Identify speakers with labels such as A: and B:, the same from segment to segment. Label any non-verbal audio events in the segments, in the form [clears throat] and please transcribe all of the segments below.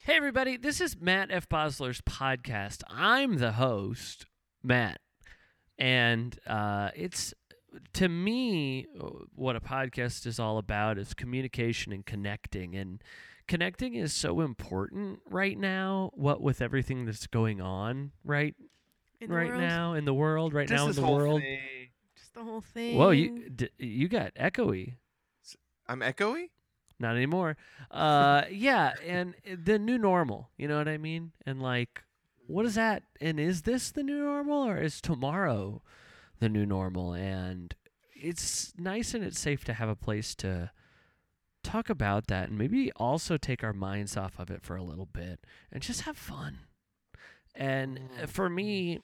A: Hey, everybody, this is Matt F. Bosler's podcast. I'm the host, Matt. And uh, it's, to me, uh, what a podcast is all about is communication and connecting. And connecting is so important right now, what with everything that's going on right
B: in the
A: right
B: world.
A: now in the world, right now in the world.
B: Just the whole thing.
A: Whoa, you, d- you got echoey.
C: I'm echoey.
A: not anymore. Uh, [laughs] yeah, and eh, the new normal. You know what I mean? And like, what is that? And is this the new normal, or is tomorrow the new normal? And it's nice and it's safe to have a place to talk about that, and maybe also take our minds off of it for a little bit and just have fun. And uh, for me,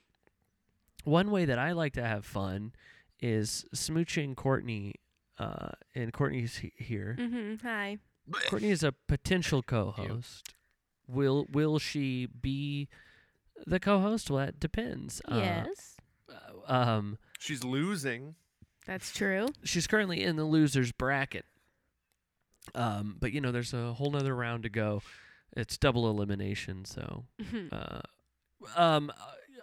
A: one way that I like to have fun is smooching Courtney. Uh, and Courtney's he- here.
B: hmm Hi.
A: Courtney is a potential co-host. Will will she be the co-host? Well, that depends. Uh,
B: yes,
A: um,
C: She's losing.
B: that's true.
A: she's currently in the losers bracket. Um, but you know, there's a whole nother round to go. It's double elimination, so uh, um,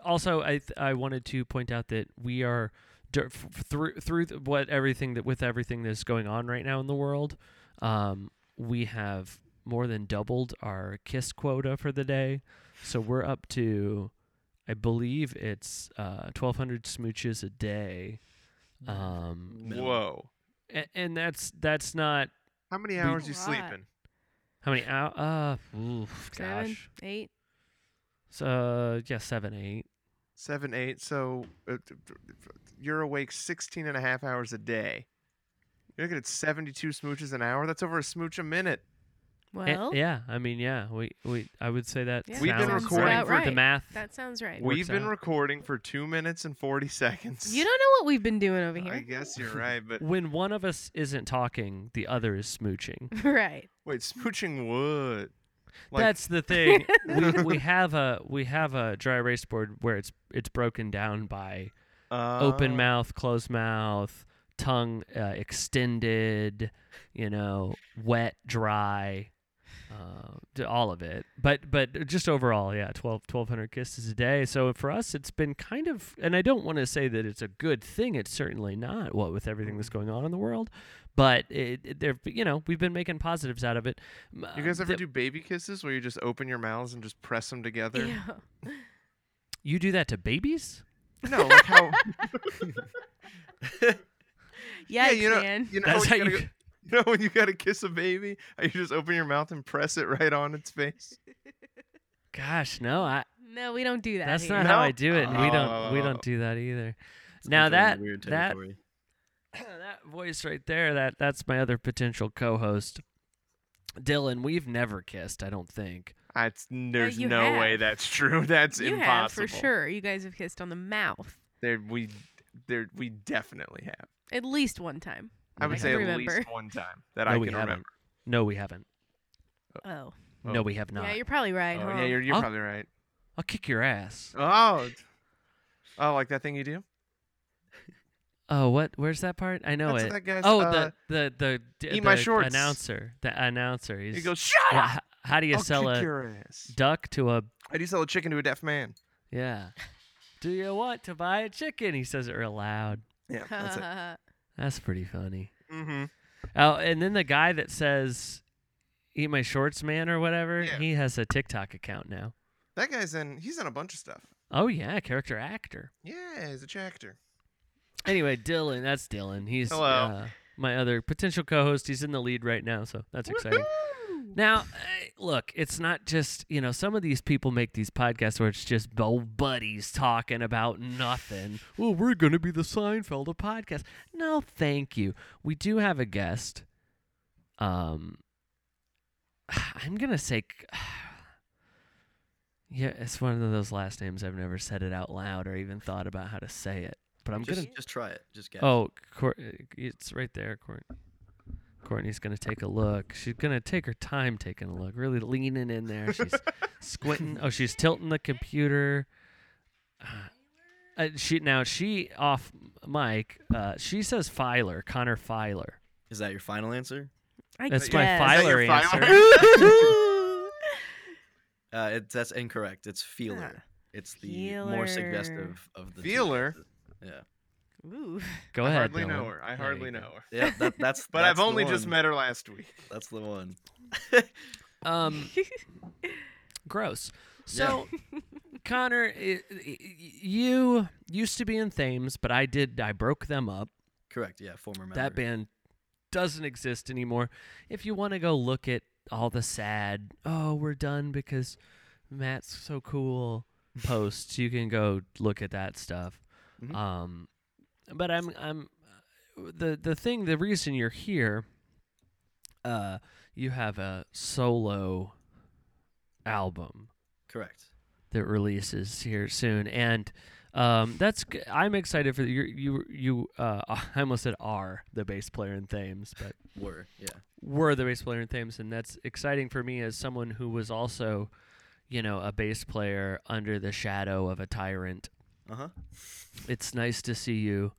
A: also, I th- I wanted to point out that we are dur- f- through through th- what everything that with everything that's going on right now in the world, um, we have more than doubled our kiss quota for the day, so we're up to, I believe it's uh, 1,200 smooches a day. Um,
D: No.
C: Whoa.
A: and, and that's that's not
C: How many
A: We-
C: hours you
B: Lot.
C: sleeping?
A: how many hours. Uh, oof,
B: Seven,
A: gosh.
B: eight.
A: So yeah, seven, eight.
C: Seven, eight. So uh, t- t- you're awake 16 and a half hours a day. You're looking at 72 smooches an hour. That's over a smooch a minute.
A: Eh,
B: Well,
A: yeah, I mean, yeah, we, we I would say that
B: Yeah,
C: We've been
A: sounds
C: recording
A: right
C: About
A: for the
B: right.
A: math.
B: that sounds right.
A: We-
C: We've
A: Works
C: been
A: out.
C: recording for two minutes and 40 seconds.
B: you don't know what we've been doing over
C: I
B: here,
A: [laughs]
C: guess you're right, but
A: when one of us isn't talking, the other is smooching.
B: [laughs] right?
C: wait, smooching wood. [laughs] Like,
A: That's the
C: [laughs]
A: thing. we, we have a we have a dry erase board where it's it's broken down by open
C: uh,
A: mouth, closed mouth, tongue uh, extended, you know, wet, dry, uh, d- all of it. But but just overall, yeah, 12, 1,200 kisses a day. So for us, it's been kind of, and I don't want to say that it's a good thing. It's certainly not. What with everything
C: Mm-hmm.
A: that's going on in the world, but it, it, there, you know, we've been making positives out of it. M-
C: You
A: uh,
C: guys ever
A: the-
C: do baby kisses where you just open your mouths and just press them together?
B: Yeah.
A: You do that to babies?
C: No, like how.
A: [laughs]
B: Yeah,
C: you know,
B: can.
C: you know
A: That's
C: when
A: how
C: you,
A: you.
C: gotta go- you know when you gotta kiss a baby, how you just open your mouth and press it right on its face.
A: Gosh, no, I,
B: No, we don't do that.
A: That's
B: here.
A: not how I do it, and we don't
C: Oh.
A: we don't do that either.
D: It's
A: Now
D: entering
A: that-
D: weird
A: that-
D: territory.
A: [clears throat] that voice right there, that that's my other potential co-host, Dylan. We've never kissed, I don't think.
C: I, it's- there's
B: you
C: no way
B: have.
C: that's true. [laughs] That's
B: you
C: impossible.
B: have for sure. You guys have kissed on the mouth
C: There we there we definitely have.
B: at least one time.
C: I would
B: I
C: say
B: can
C: at
B: remember.
C: least one time that
A: no,
C: I
A: we
C: can
A: haven't.
C: remember.
A: No, we haven't.
B: Oh,
A: No,
C: Oh.
A: we have not.
B: yeah, you're probably right.
C: Oh
B: huh? [laughs]
C: yeah, you're, [laughs] you're
A: I'll-
C: probably right.
A: I'll kick your ass.
C: Oh, d- oh, like that thing you do.
A: Oh, what? Where's that part? I know
C: That's
A: it.
C: that guy's.
A: oh,
C: uh,
A: the the the, d-
C: Eat My
A: the
C: Shorts.
A: announcer. The announcer. He's,
C: He goes, shut
A: "Well,
C: up.
A: h- how do you
C: I'll
A: sell
C: kick
A: a
C: your ass.
A: duck to
C: [laughs]
A: a
C: I do sell a chicken to a deaf man.
A: yeah? do you want to buy a chicken? He says it real loud.
C: Yeah,
B: [laughs]
C: that's it.
A: That's pretty funny.
C: Mm-hmm.
A: Oh, and then the guy that says "Eat my shorts, man" or whatever,
C: Yeah.
A: he has a TikTok account now.
C: That guy's in. He's in a bunch of stuff.
A: Oh yeah, character actor.
C: Yeah, he's a chactor.
A: Anyway, Dylan, that's Dylan. He's
C: Hello.
A: Uh, my other potential co-host. He's in the lead right now, so that's exciting. Now, eh, look, it's not just you know some of these people make these podcasts where it's just old buddies talking about nothing. Well, we're gonna be the Seinfeld of podcast. No, thank you. We do have a guest. Um, I'm gonna say, c- [sighs] yeah, it's one of those last names I've never said it out loud or even thought about how to say it. But I'm
D: just,
A: gonna.
D: just try it. Just guess.
A: Oh, Cour- it's right there, Courtney. Courtney's gonna take a look. She's gonna take her time taking a look. Really leaning in there.
C: [laughs]
A: She's squinting. Oh, she's tilting the computer. Uh, Uh, she now she off mic. Uh, she says Filer, Connor Filer.
D: Is that your final answer?
B: I
A: That's
C: [laughs]
B: guess.
A: my
C: Is that
A: Filer
C: your
A: answer.
C: filer?
D: Uh, it, that's incorrect. It's feeler.
B: Ah,
D: It's the more suggestive of the two.
C: Feeler?
D: Yeah.
B: Ooh.
A: Go
C: I
A: ahead.
C: hardly
A: Dylan.
C: know her. I
A: There
C: hardly
A: you go.
C: know her.
D: Yeah,
A: [laughs]
D: that, that's
C: But
D: that's
C: I've
D: the
C: only just
D: one.
C: met her last week.
D: That's the one.
C: [laughs]
A: Um, gross. So, Connor, i- i- you used to be in Thames, but I did. I broke them up.
D: Correct. Yeah, former member.
A: That band doesn't exist anymore. If you want to go look at all the sad, oh, we're done because Matt's so cool posts, you can go look at that stuff.
D: Mhm.
A: Um, but I'm I'm uh, the the thing the reason you're here. Uh, you have a solo album
D: Correct.
A: that releases here soon, and um, that's g- I'm excited for you. You you uh, [laughs] I almost said are the bass player in Thames, but
D: Were. Yeah.
A: were the bass player in Thames, and that's exciting for me as someone who was also, you know, a bass player under the shadow of a tyrant.
D: Uh huh.
A: It's nice to see you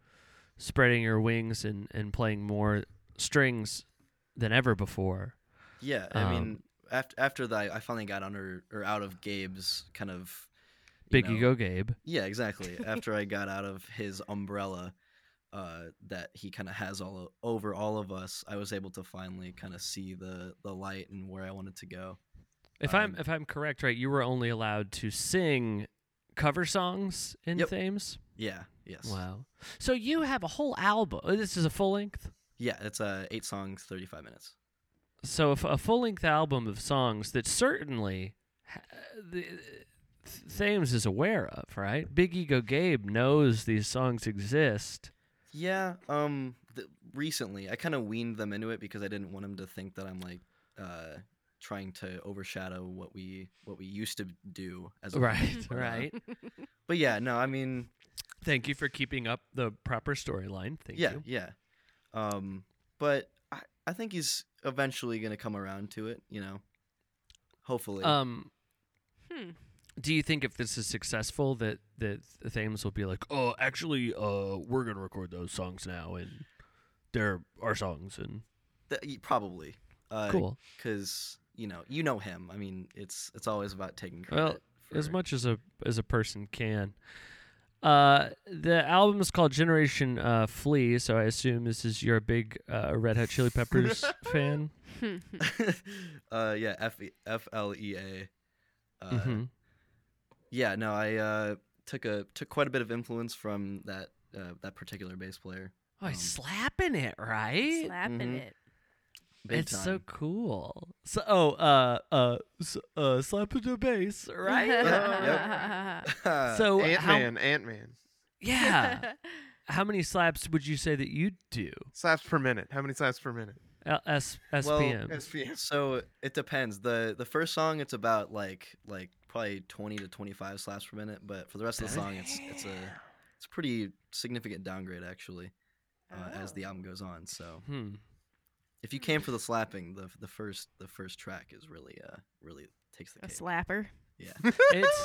A: spreading your wings and and playing more strings than ever before.
D: Yeah, I
A: Um,
D: mean, after after that, I finally got under or out of Gabe's kind of you
A: Big
D: know-
A: ego, Gabe.
D: Yeah,
A: [laughs]
D: exactly. after I got out of his umbrella uh, that he kind of has all o- over all of us, I was able to finally kind of see the the light and where I wanted to go.
A: If I'm
D: Um,
A: if I'm correct, right, you were only allowed to sing cover songs in
D: Yep.
A: Thames.
D: Yeah. Yes.
A: Wow. So you have a whole album. oh, This is a full length.
D: Yeah, it's uh, eight songs, thirty five minutes.
A: So a f- a full length album of songs that certainly ha- uh, the, uh, Thames is aware of, right? Big Ego Gabe knows these songs exist.
D: Yeah. Um. Th- recently, I kind of weaned them into it because I didn't want him to think that I'm like uh, trying to overshadow what we what we used to do as a
A: [laughs] [laughs] Right.
D: band, but, uh,
A: Right.
D: But yeah, no, I mean,
A: Thank you for keeping up the proper storyline. Thank
D: yeah,
A: you.
D: yeah. Um, but I, I think he's eventually gonna come around to it. You know, hopefully.
A: Um.
B: Hmm.
A: do you think if this is successful that that Thames will be like, oh, actually, uh, we're gonna record those songs now, and they're our songs, and
D: Th- y- probably. Uh,
A: cool.
D: Because you know, you know him. I mean, it's it's always about taking credit.
A: Well, As
D: for-
A: much as a as a person can. Uh, the album is called Generation uh, Flea, so I assume this is you're a big uh, Red Hot Chili
D: [laughs]
A: Peppers fan.
D: [laughs] uh, yeah, F F L E A. Uh,
A: Mhm.
D: Yeah, no, I uh, took a took quite a bit of influence from that uh, that particular bass player.
A: Oh,
D: um,
A: he's slapping it right.
B: Slapping
D: Mhm.
B: it.
D: Big
A: it's so
D: time.
A: cool. So, oh, uh, uh, s uh, slapping the bass, [laughs]
B: [laughs]
A: right? so
C: Ant
A: how,
C: Man, Ant Man.
A: yeah. [laughs] How many slaps would you say that you do?
C: Slaps per minute. How many slaps per minute?
A: L- S-
D: Well,
A: SPM.
C: SPM.
D: So it depends. the The first song it's about like like probably twenty to twenty five slaps per minute, but for the rest of the song it's it's a it's a pretty significant downgrade actually uh, as
A: Oh.
D: the album goes on. So
A: hmm.
D: if you came for the slapping, the the first the first track is really uh really takes the
B: a
D: cake.
B: slapper.
D: [laughs]
A: It's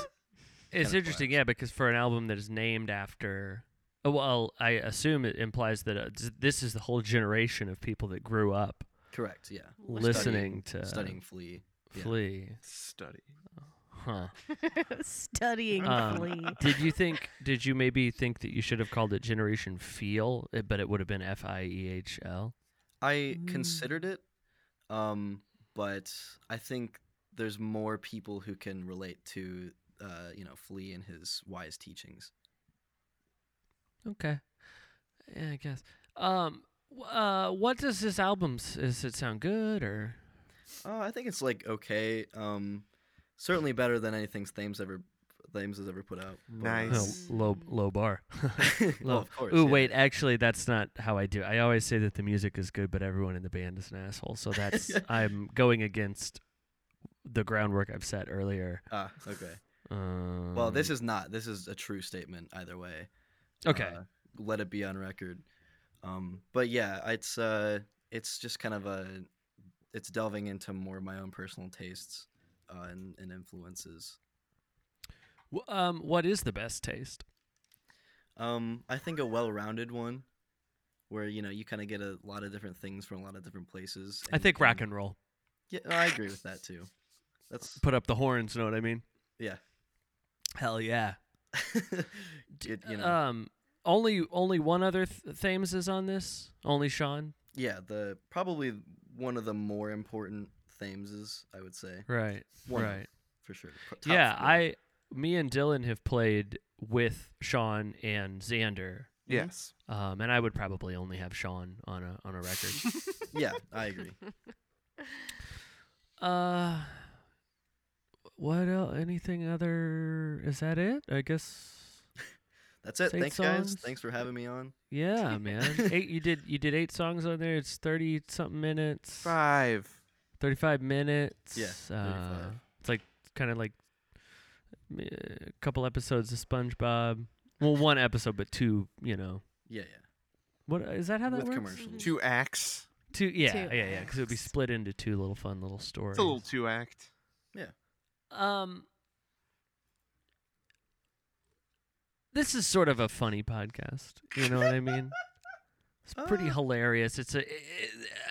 A: it's
D: Kinda
A: interesting, yeah, because for an album that is named after, oh, well, I assume it implies that uh, z- this is the whole generation of people that grew up
D: Correct. Yeah.
A: listening to
D: Studying Flea. yeah.
A: Flea.
C: Study.
A: Huh.
B: [laughs] Studying
A: Um,
B: flea.
A: Did you think? [laughs] Did you maybe think that you should have called it Generation Feel, uh, but it would have been F I E H L? Hmm.
D: I
B: Mm.
D: considered it, um, but I think there's more people who can relate to, uh, you know, Flea and his wise teachings.
A: Okay. Yeah, I guess. Um. w- Uh. What does this album? s- Does it sound good or?
D: Uh, I think it's like okay, um, certainly better than anything Thames ever Thames has ever put out. but, uh,
A: Oh,
C: Nice.
A: low low bar. [laughs]
D: [laughs] well,
A: Low.
D: of course.
A: Ooh,
D: yeah.
A: wait. Actually, that's not how I do. it. I always say that the music is good, but everyone in the band is an asshole. So [laughs] that's I'm going against the groundwork I've set earlier.
D: Ah, okay.
A: Um,
D: Well, this is not. This is a true statement either way.
A: okay.
D: uh, let it be on record. Um, but yeah, it's uh, it's just kind of a, it's delving into more of my own personal tastes uh, and, and influences.
A: W- um, what is the best taste?
D: Um, I think a well-rounded one, where you know you kind of get a lot of different things from a lot of different places.
A: I
D: and you
A: think rock
D: can-
A: and roll.
D: Yeah, I agree with that too. That's [laughs]
A: put up the horns. Know what I mean?
D: Yeah.
A: Hell yeah.
D: it, you know.
A: Um, only only one other th- Thames is on this. Only Sean.
D: yeah, the probably one of the more important Thameses, I would say,
A: Right.
D: One.
A: Right.
D: for sure. Pro- top
A: Yeah.
D: three.
A: I, me and Dylan have played with Sean and Xander.
C: Yes.
A: Um, and I would probably only have Sean on a on a
C: [laughs]
A: record.
D: yeah,
A: [laughs]
D: I agree.
A: uh, what else? Anything other? Is that it? I guess.
D: That's it.
A: Eight
D: Thanks, guys.
A: songs.
D: Thanks for having me on.
C: [laughs]
A: Yeah, man. eight. You did. You did eight songs on there. It's thirty something minutes.
C: Five.
A: 35 minutes.
D: Yeah, 35.
A: Uh, it's like kind of like uh, a couple episodes of SpongeBob. Well, one episode, but two, you know.
D: Yeah,
A: What is that how
D: yeah.
A: that
D: With
A: works?
D: commercials.
C: Two acts.
A: Two, yeah,
B: Two
A: yeah, yeah, because it would be
B: acts.
A: split into two little fun little stories.
C: It's a little two act.
A: Um, this is sort of a funny podcast. You know what I
B: [laughs]
A: mean? It's pretty
B: Uh.
D: Ah.
A: hilarious. It's a.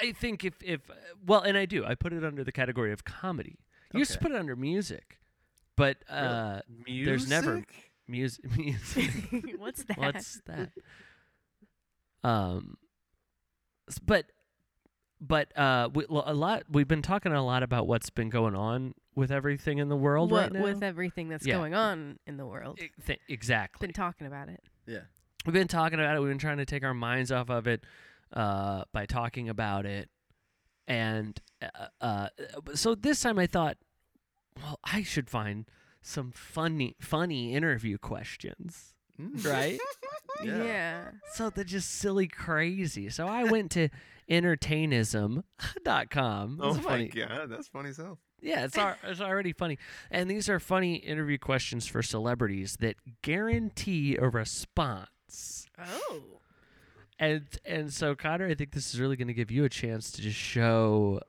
A: I think if if well, and I do. I put it under the category of comedy. You used to
D: Okay.
A: put it under music, but uh,
C: Music? [laughs]
A: there's never- mus music. [laughs]
B: [laughs] What's that?
A: What's that? Um, s- but but uh, we, lo- a lot. We've been talking a lot about what's been going on with everything in the world
B: what
A: right now.
B: with everything that's
A: Yeah.
B: going on in the world?
A: E- th- exactly.
B: Been talking about it.
D: Yeah.
A: We've been talking about it. We've been trying to take our minds off of it uh, by talking about it. And uh, uh, so this time I thought, well, I should find some funny, funny interview questions,
D: Mm.
C: [laughs]
A: right?
D: Yeah.
B: yeah.
A: so they're just silly, crazy. So I went to entertainism.com.
C: Oh
A: It's
C: my
A: funny.
C: god, that's funny as hell.
A: Yeah, it's, al- it's already funny. And these are funny interview questions for celebrities that guarantee a response.
B: Oh. [laughs]
A: And and so Connor, I think this is really going to give you a chance to just show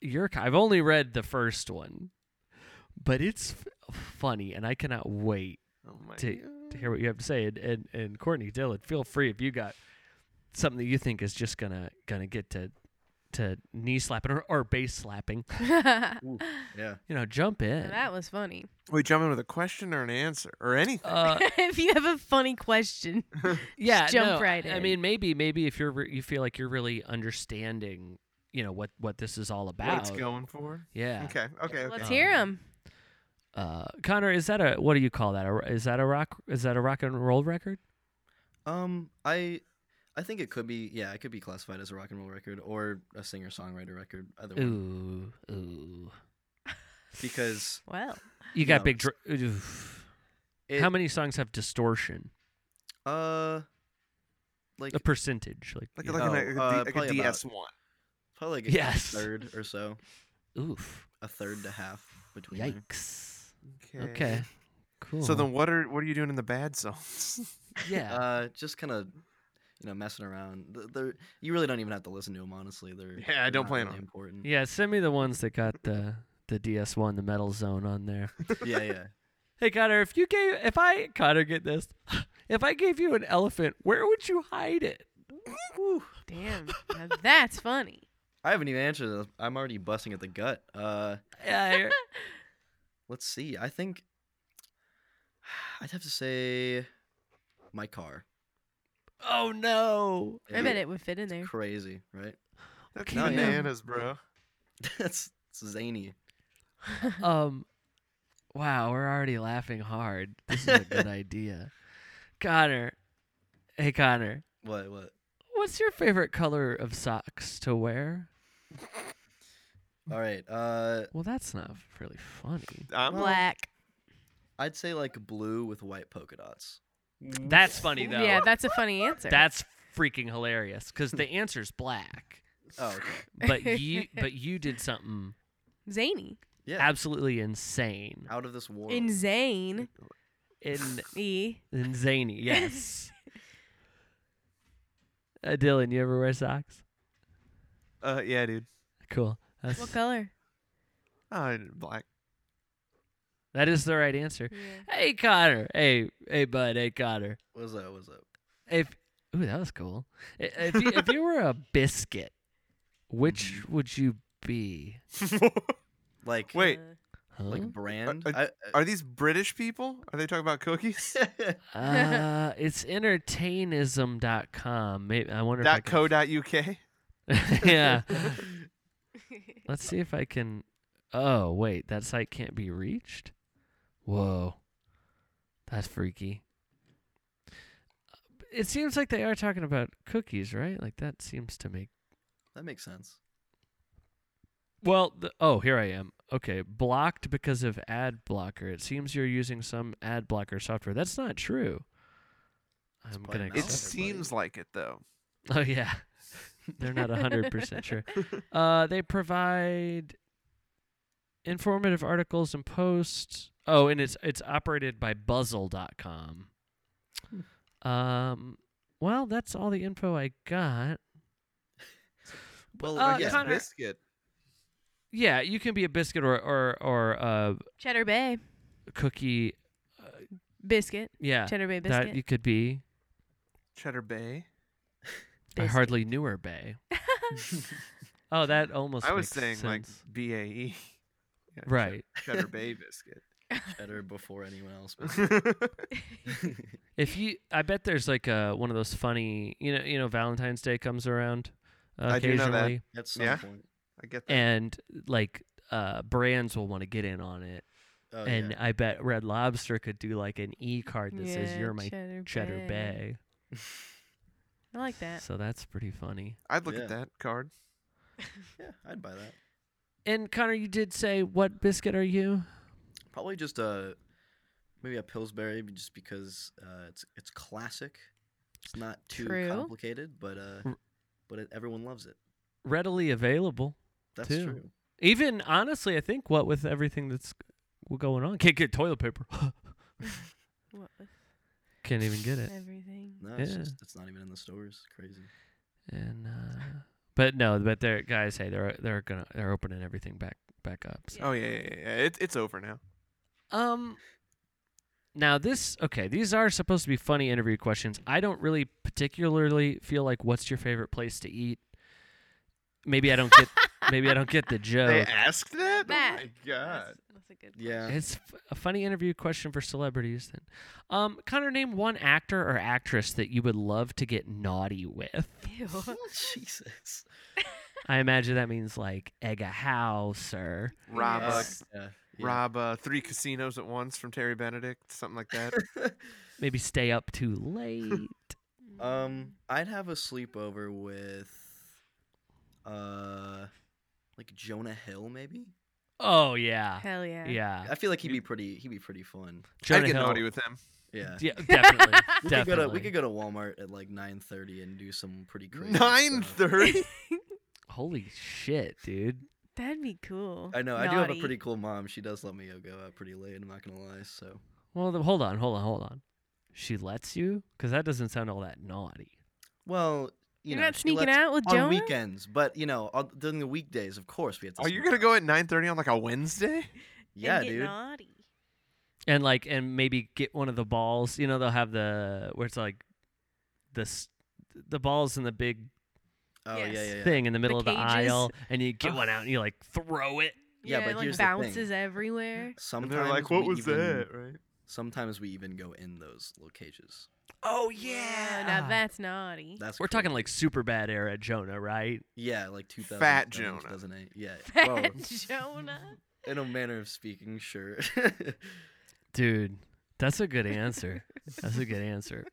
A: your. I've only read the first one, but it's f- funny, and I cannot wait
C: Oh my
A: to,
C: god.
A: to hear what you have to say. And and, and Courtney Dillon, feel free if you got something that you think is just gonna gonna get to to knee slapping or, or base slapping. [laughs]
D: Yeah.
A: You know, jump in.
B: that was funny. [laughs]
C: Wait, jump in with a question or an answer or
A: [laughs]
C: anything.
A: Uh,
B: if you have a funny question,
A: yeah,
B: [laughs] jump
A: no,
B: right
A: I
B: in.
A: mean, maybe maybe if you're re- you feel like you're really understanding, you know what what this is all about.
C: What it's going for?
A: Yeah.
C: Okay, okay, okay.
B: let's
A: okay.
B: hear him.
A: Uh, Connor, is that a what do you call that? A, is that a rock? Is that a rock and roll record?
D: Um, I, I think it could be. Yeah, it could be classified as a rock and roll record or a singer songwriter record. Either one,
A: Ooh, ooh.
D: because
B: Well,
A: You got
D: No.
A: big. Dr- oof.
D: it,
A: How many songs have distortion?
D: Uh, like
A: A percentage, like,
C: Like,
A: yeah.
C: like, an,
D: Oh,
C: like, a D-
D: uh,
C: like
D: probably
C: a
D: about-
C: DS one.
D: probably like a
A: Yes.
D: third or so,
A: oof.
D: a third to half between. there.
A: Yikes. Okay. Cool.
C: So then, what are what are you doing in the bad zones? [laughs]
A: yeah,
D: Uh, just kind of, you know, messing around. Th- They're you really don't even have to listen to them, honestly. They're
C: Yeah, I
D: they're
C: don't
D: not
C: plan
D: really
C: on.
D: important.
A: yeah. Send me the ones that got the the DS one, the metal zone on there.
D: yeah, yeah.
A: Hey Connor, if you gave, if I Connor get this, [sighs] if I gave you an elephant, where would you hide it?
B: damn. now that's funny.
D: I haven't even answered this. I'm already busting at the gut. Uh,
A: Yeah,
D: let's see. I think [sighs] I'd have to say my car.
A: oh no.
B: I
D: Yeah.
B: bet it would fit in there.
D: Crazy, right? [laughs]
C: That's
A: Okay.
C: bananas, bro.
D: That's it's zany.
A: Um, wow, we're already laughing hard. This is a
B: [laughs]
A: good idea. Connor, hey Connor,
D: What? What?
A: what's your favorite color of socks to wear?
D: All right. Uh,
A: Well, that's not really funny.
C: I'm
B: Black.
D: I'd say like blue with white polka dots.
A: That's funny though.
B: Yeah, that's a funny answer.
A: that's freaking hilarious because the answer's black.
D: Oh, okay.
B: [laughs]
A: But you, but you did something
B: zany.
D: Yeah.
A: absolutely insane.
D: Out of this world.
B: Insane.
A: In
B: E.
A: in
B: [laughs]
A: zany, yes. Uh, Dylan, you ever wear socks?
C: Uh, yeah, dude.
A: Cool. That's, [laughs]
B: What color?
C: Oh, black.
A: that is the right answer.
B: Yeah.
A: Hey Connor. Hey, hey bud. Hey Connor.
D: What's up? What's up?
A: If ooh, that was cool. I- If you, if you were a biscuit, which would you be?
D: like
C: Wait,
A: [laughs] Huh?
D: like brand.
C: are-
D: I,
C: [laughs] are these British people? Are they talking
A: [laughs]
C: about cookies?
D: I-
A: uh, it's entertainism.com. Maybe I wonder
C: dot
A: if I
C: co dot uk.
A: can, [laughs] Yeah.
B: Uh,
A: Let's see if I can Oh, wait, that site can't be reached? Whoa. That's freaky. It seems like they are talking about cookies, right? Like that seems to make
D: [laughs] that makes sense.
A: Well, the, oh, here I am. Okay, blocked because of ad blocker. It seems you're using some ad blocker software. That's not true. I'm gonna.
D: probably not.
C: It
D: Everybody.
A: accept-
C: seems like it though.
A: [laughs] Oh yeah, they're not hundred percent
D: [laughs]
A: sure. Uh, they provide informative articles and posts. Oh, and it's it's operated by Buzzle.com.
D: Hmm.
A: Um, well, that's all the info I got.
D: Well,
A: Uh,
D: yeah,
A: Connor-
C: biscuit.
A: Yeah, you can be a biscuit or or or uh,
B: Cheddar Bay
A: cookie.
B: biscuit.
A: Yeah,
B: Cheddar Bay
A: Uh, that
B: biscuit.
A: you could be.
C: Cheddar Bay.
A: I
B: Biscuit.
A: hardly knew her,
B: [laughs]
A: Bay. oh, that almost.
C: I was saying
A: makes
C: like
A: sense.
C: B A E. [laughs] Yeah, Ched-
A: right. [laughs]
C: Cheddar Bay [laughs] biscuit.
D: cheddar before anyone else.
A: If you, I bet there's like a one of those funny, you know, you know, Valentine's Day comes around uh,
C: I do
A: occasionally,
C: know that.
D: At some
C: Yeah.
D: point.
C: I get that.
A: and like uh, brands will want to get in on it,
D: Oh,
A: and uh
D: yeah.
A: I bet Red Lobster could do like an e card that says
B: Yeah,
A: "You're my Cheddar Bay,",
B: I like that.
A: so that's pretty funny.
C: I'd look
D: Yeah.
C: at that card.
D: yeah, I'd buy that.
A: And Connor, you did say what biscuit are you?
D: Probably just a maybe a Pillsbury, b- just because uh, it's it's classic. It's not too
B: True.
D: complicated, but uh,
A: R-
D: but it, everyone loves it.
A: Readily available.
D: That's
A: Too.
D: true.
A: Even honestly, I think what with everything that's g- going on, can't get toilet paper. [laughs]
B: What with
A: can't even get it.
B: everything?
D: No, it's
A: Yeah.
D: just it's not even in the stores. Crazy.
A: And uh, but no, but they're guys. Hey, they're they're gonna they're opening everything back back up. so.
C: Oh yeah, yeah, yeah. yeah. It, it's over now.
A: Um. Now this okay. These are supposed to be funny interview questions. I don't really particularly feel like what's your favorite place to eat. Maybe I don't get. maybe I don't get the
C: [laughs] They
A: joke.
C: asked that.
B: Matt.
C: Oh my god.
B: That's, that's a good.
D: Yeah.
A: It's f- a funny interview question for celebrities. Then, um, Connor, name one actor or actress that you would love to get naughty with.
B: question. [laughs] Ew.
D: [laughs] Jesus.
A: I imagine that means like egg a house or
C: Rob, uh,
B: Yes.
D: yeah, [laughs]
C: Rob, uh, three casinos at once from Terry Benedict, something like that.
A: maybe stay up too late.
D: [laughs] um, I'd have a sleepover with, uh, like Jonah Hill, maybe.
A: oh yeah,
B: Hell yeah.
A: yeah.
D: I feel like he'd be pretty. He'd be pretty fun.
A: [laughs] Jonah
C: I'd get
A: Hill.
C: naughty with him.
D: Yeah.
A: Yeah, definitely.
D: [laughs] We could, go to,
A: definitely.
D: we could go to Walmart at like nine thirty and do some pretty crazy. stuff.
C: Nine thirty.
A: Holy shit, dude.
B: [laughs] That'd be cool.
D: I know. I do have a
B: Naughty.
D: pretty cool mom. She does let me go out pretty late. I'm not gonna lie. So
A: Well, th- hold on, hold on, hold on. She lets you? Because that doesn't sound all that naughty.
D: well, you
B: You're
D: know,
B: not
D: she
B: sneaking
D: lets-
B: out with
D: on
B: Jonah.
D: weekends, but you know, on, during the weekdays, of course, we have to.
C: Are you
D: sneak
C: gonna
D: out.
C: go at nine thirty on like a Wednesday?
B: and
D: Yeah,
B: get
D: dude.
B: Naughty.
A: And like, and maybe get one of the balls. You know, they'll have the where it's like this the balls in the big
D: Oh yeah,
B: Yes.
D: yeah, yeah.
A: thing in the middle of the
B: cages.
A: aisle, and you get one out and you like throw it.
D: Yeah,
B: yeah,
D: but
B: it, like
D: here's the thing.
B: bounces everywhere.
C: And
D: Sometimes
C: they're like, "What
D: we
C: was
D: even,
C: that?" Right?
D: Sometimes we even go in those little cages.
A: Oh
B: Now that's naughty. [laughs]
D: That's
A: We're talking
D: crazy.
A: like super bad era Jonah, right?
D: yeah, like 2000,
C: Fat
D: 2007,
C: Jonah.
D: 2008. Yeah, well,
B: Fat Jonah.
D: in a manner of speaking, sure. [laughs]
A: Dude, that's a
B: [laughs]
A: good answer. that's a good answer.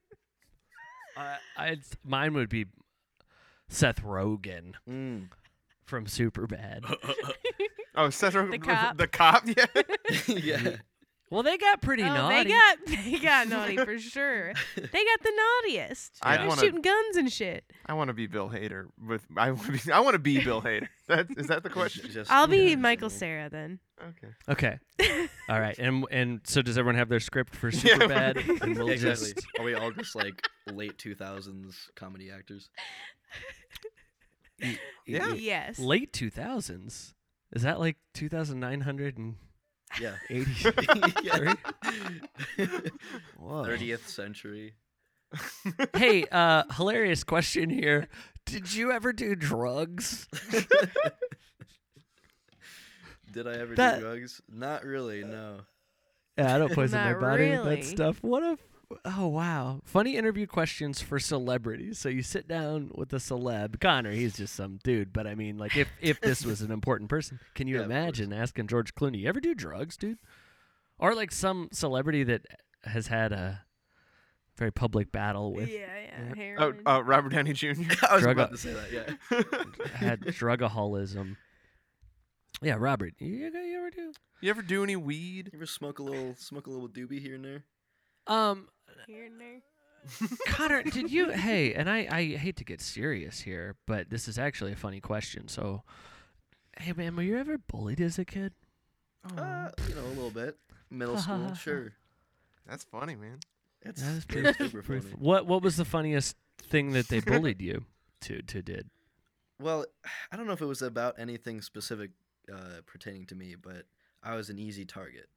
A: I, I, mine would be Seth Rogen.
D: Mm.
A: from
B: [gasps]
A: Superbad.
C: Oh, Seth Rogen-
B: The cop.
C: The cop. [laughs] Yeah.
D: yeah,
A: well, they got pretty
B: oh,
A: naughty.
B: They got they got naughty for
D: [laughs]
B: sure. They got the naughtiest.
C: I'd
B: They're
C: wanna-
B: shooting guns and shit.
C: I want to be Bill Hader. With I want to be. I want to be Bill Hader. That is that the
D: [laughs]
C: question?
D: Just-
B: I'll be
D: yeah,
B: Michael
D: so-
B: Sarah then.
C: Okay.
A: okay. All right. And and so does everyone have their script for
C: Yeah.
A: Superbad? and we'll
D: Exactly.
A: just
D: Are we all just like late 2000s comedy actors?
C: Yeah.
B: Yes.
A: late 2000s. Is that like 2983?
D: Yeah. [laughs]
A: Whoa.
D: Thirtieth century. [laughs]
A: Hey, uh hilarious question here. Did you ever do drugs?
D: Did I ever
A: That-
D: do drugs? Not really. No.
A: Yeah, I
B: [laughs]
A: don't poison my
B: Not
A: body.
B: really.
A: That stuff. What a oh wow! Funny interview questions for celebrities. So you sit down with a celeb. Connor, he's just some dude. But I mean, like if if this was an important person, can you
D: [laughs] Yeah, of course.
A: imagine asking George Clooney, "You ever do drugs, dude?" Or like some celebrity that has had a very public battle with
B: yeah, yeah.
C: Oh,
B: heroin.
C: uh, Robert Downey Jr.
D: I was
A: Drug
D: about
A: up.
D: to say that. Yeah.
C: [laughs]
B: [laughs]
A: had drugaholism. Yeah, Robert, you, you ever do?
C: you ever do any weed?
D: You ever smoke a little smoke a little doobie here and there?
A: Um,
B: Here and there.
A: Connor, did you? Hey, and I, I hate to get serious here, but this is actually a funny question. So, hey, man, were you ever bullied as a kid?
D: Uh, you know, a little bit. Middle school, sure.
C: That's funny, man.
D: It's
A: That is
D: it's
A: pretty-
D: super
A: Pretty
D: funny.
A: fu- What What was the funniest thing that they bullied you to to did?
D: Well, I don't know if it was about anything specific uh, pertaining to me, but I was an easy target.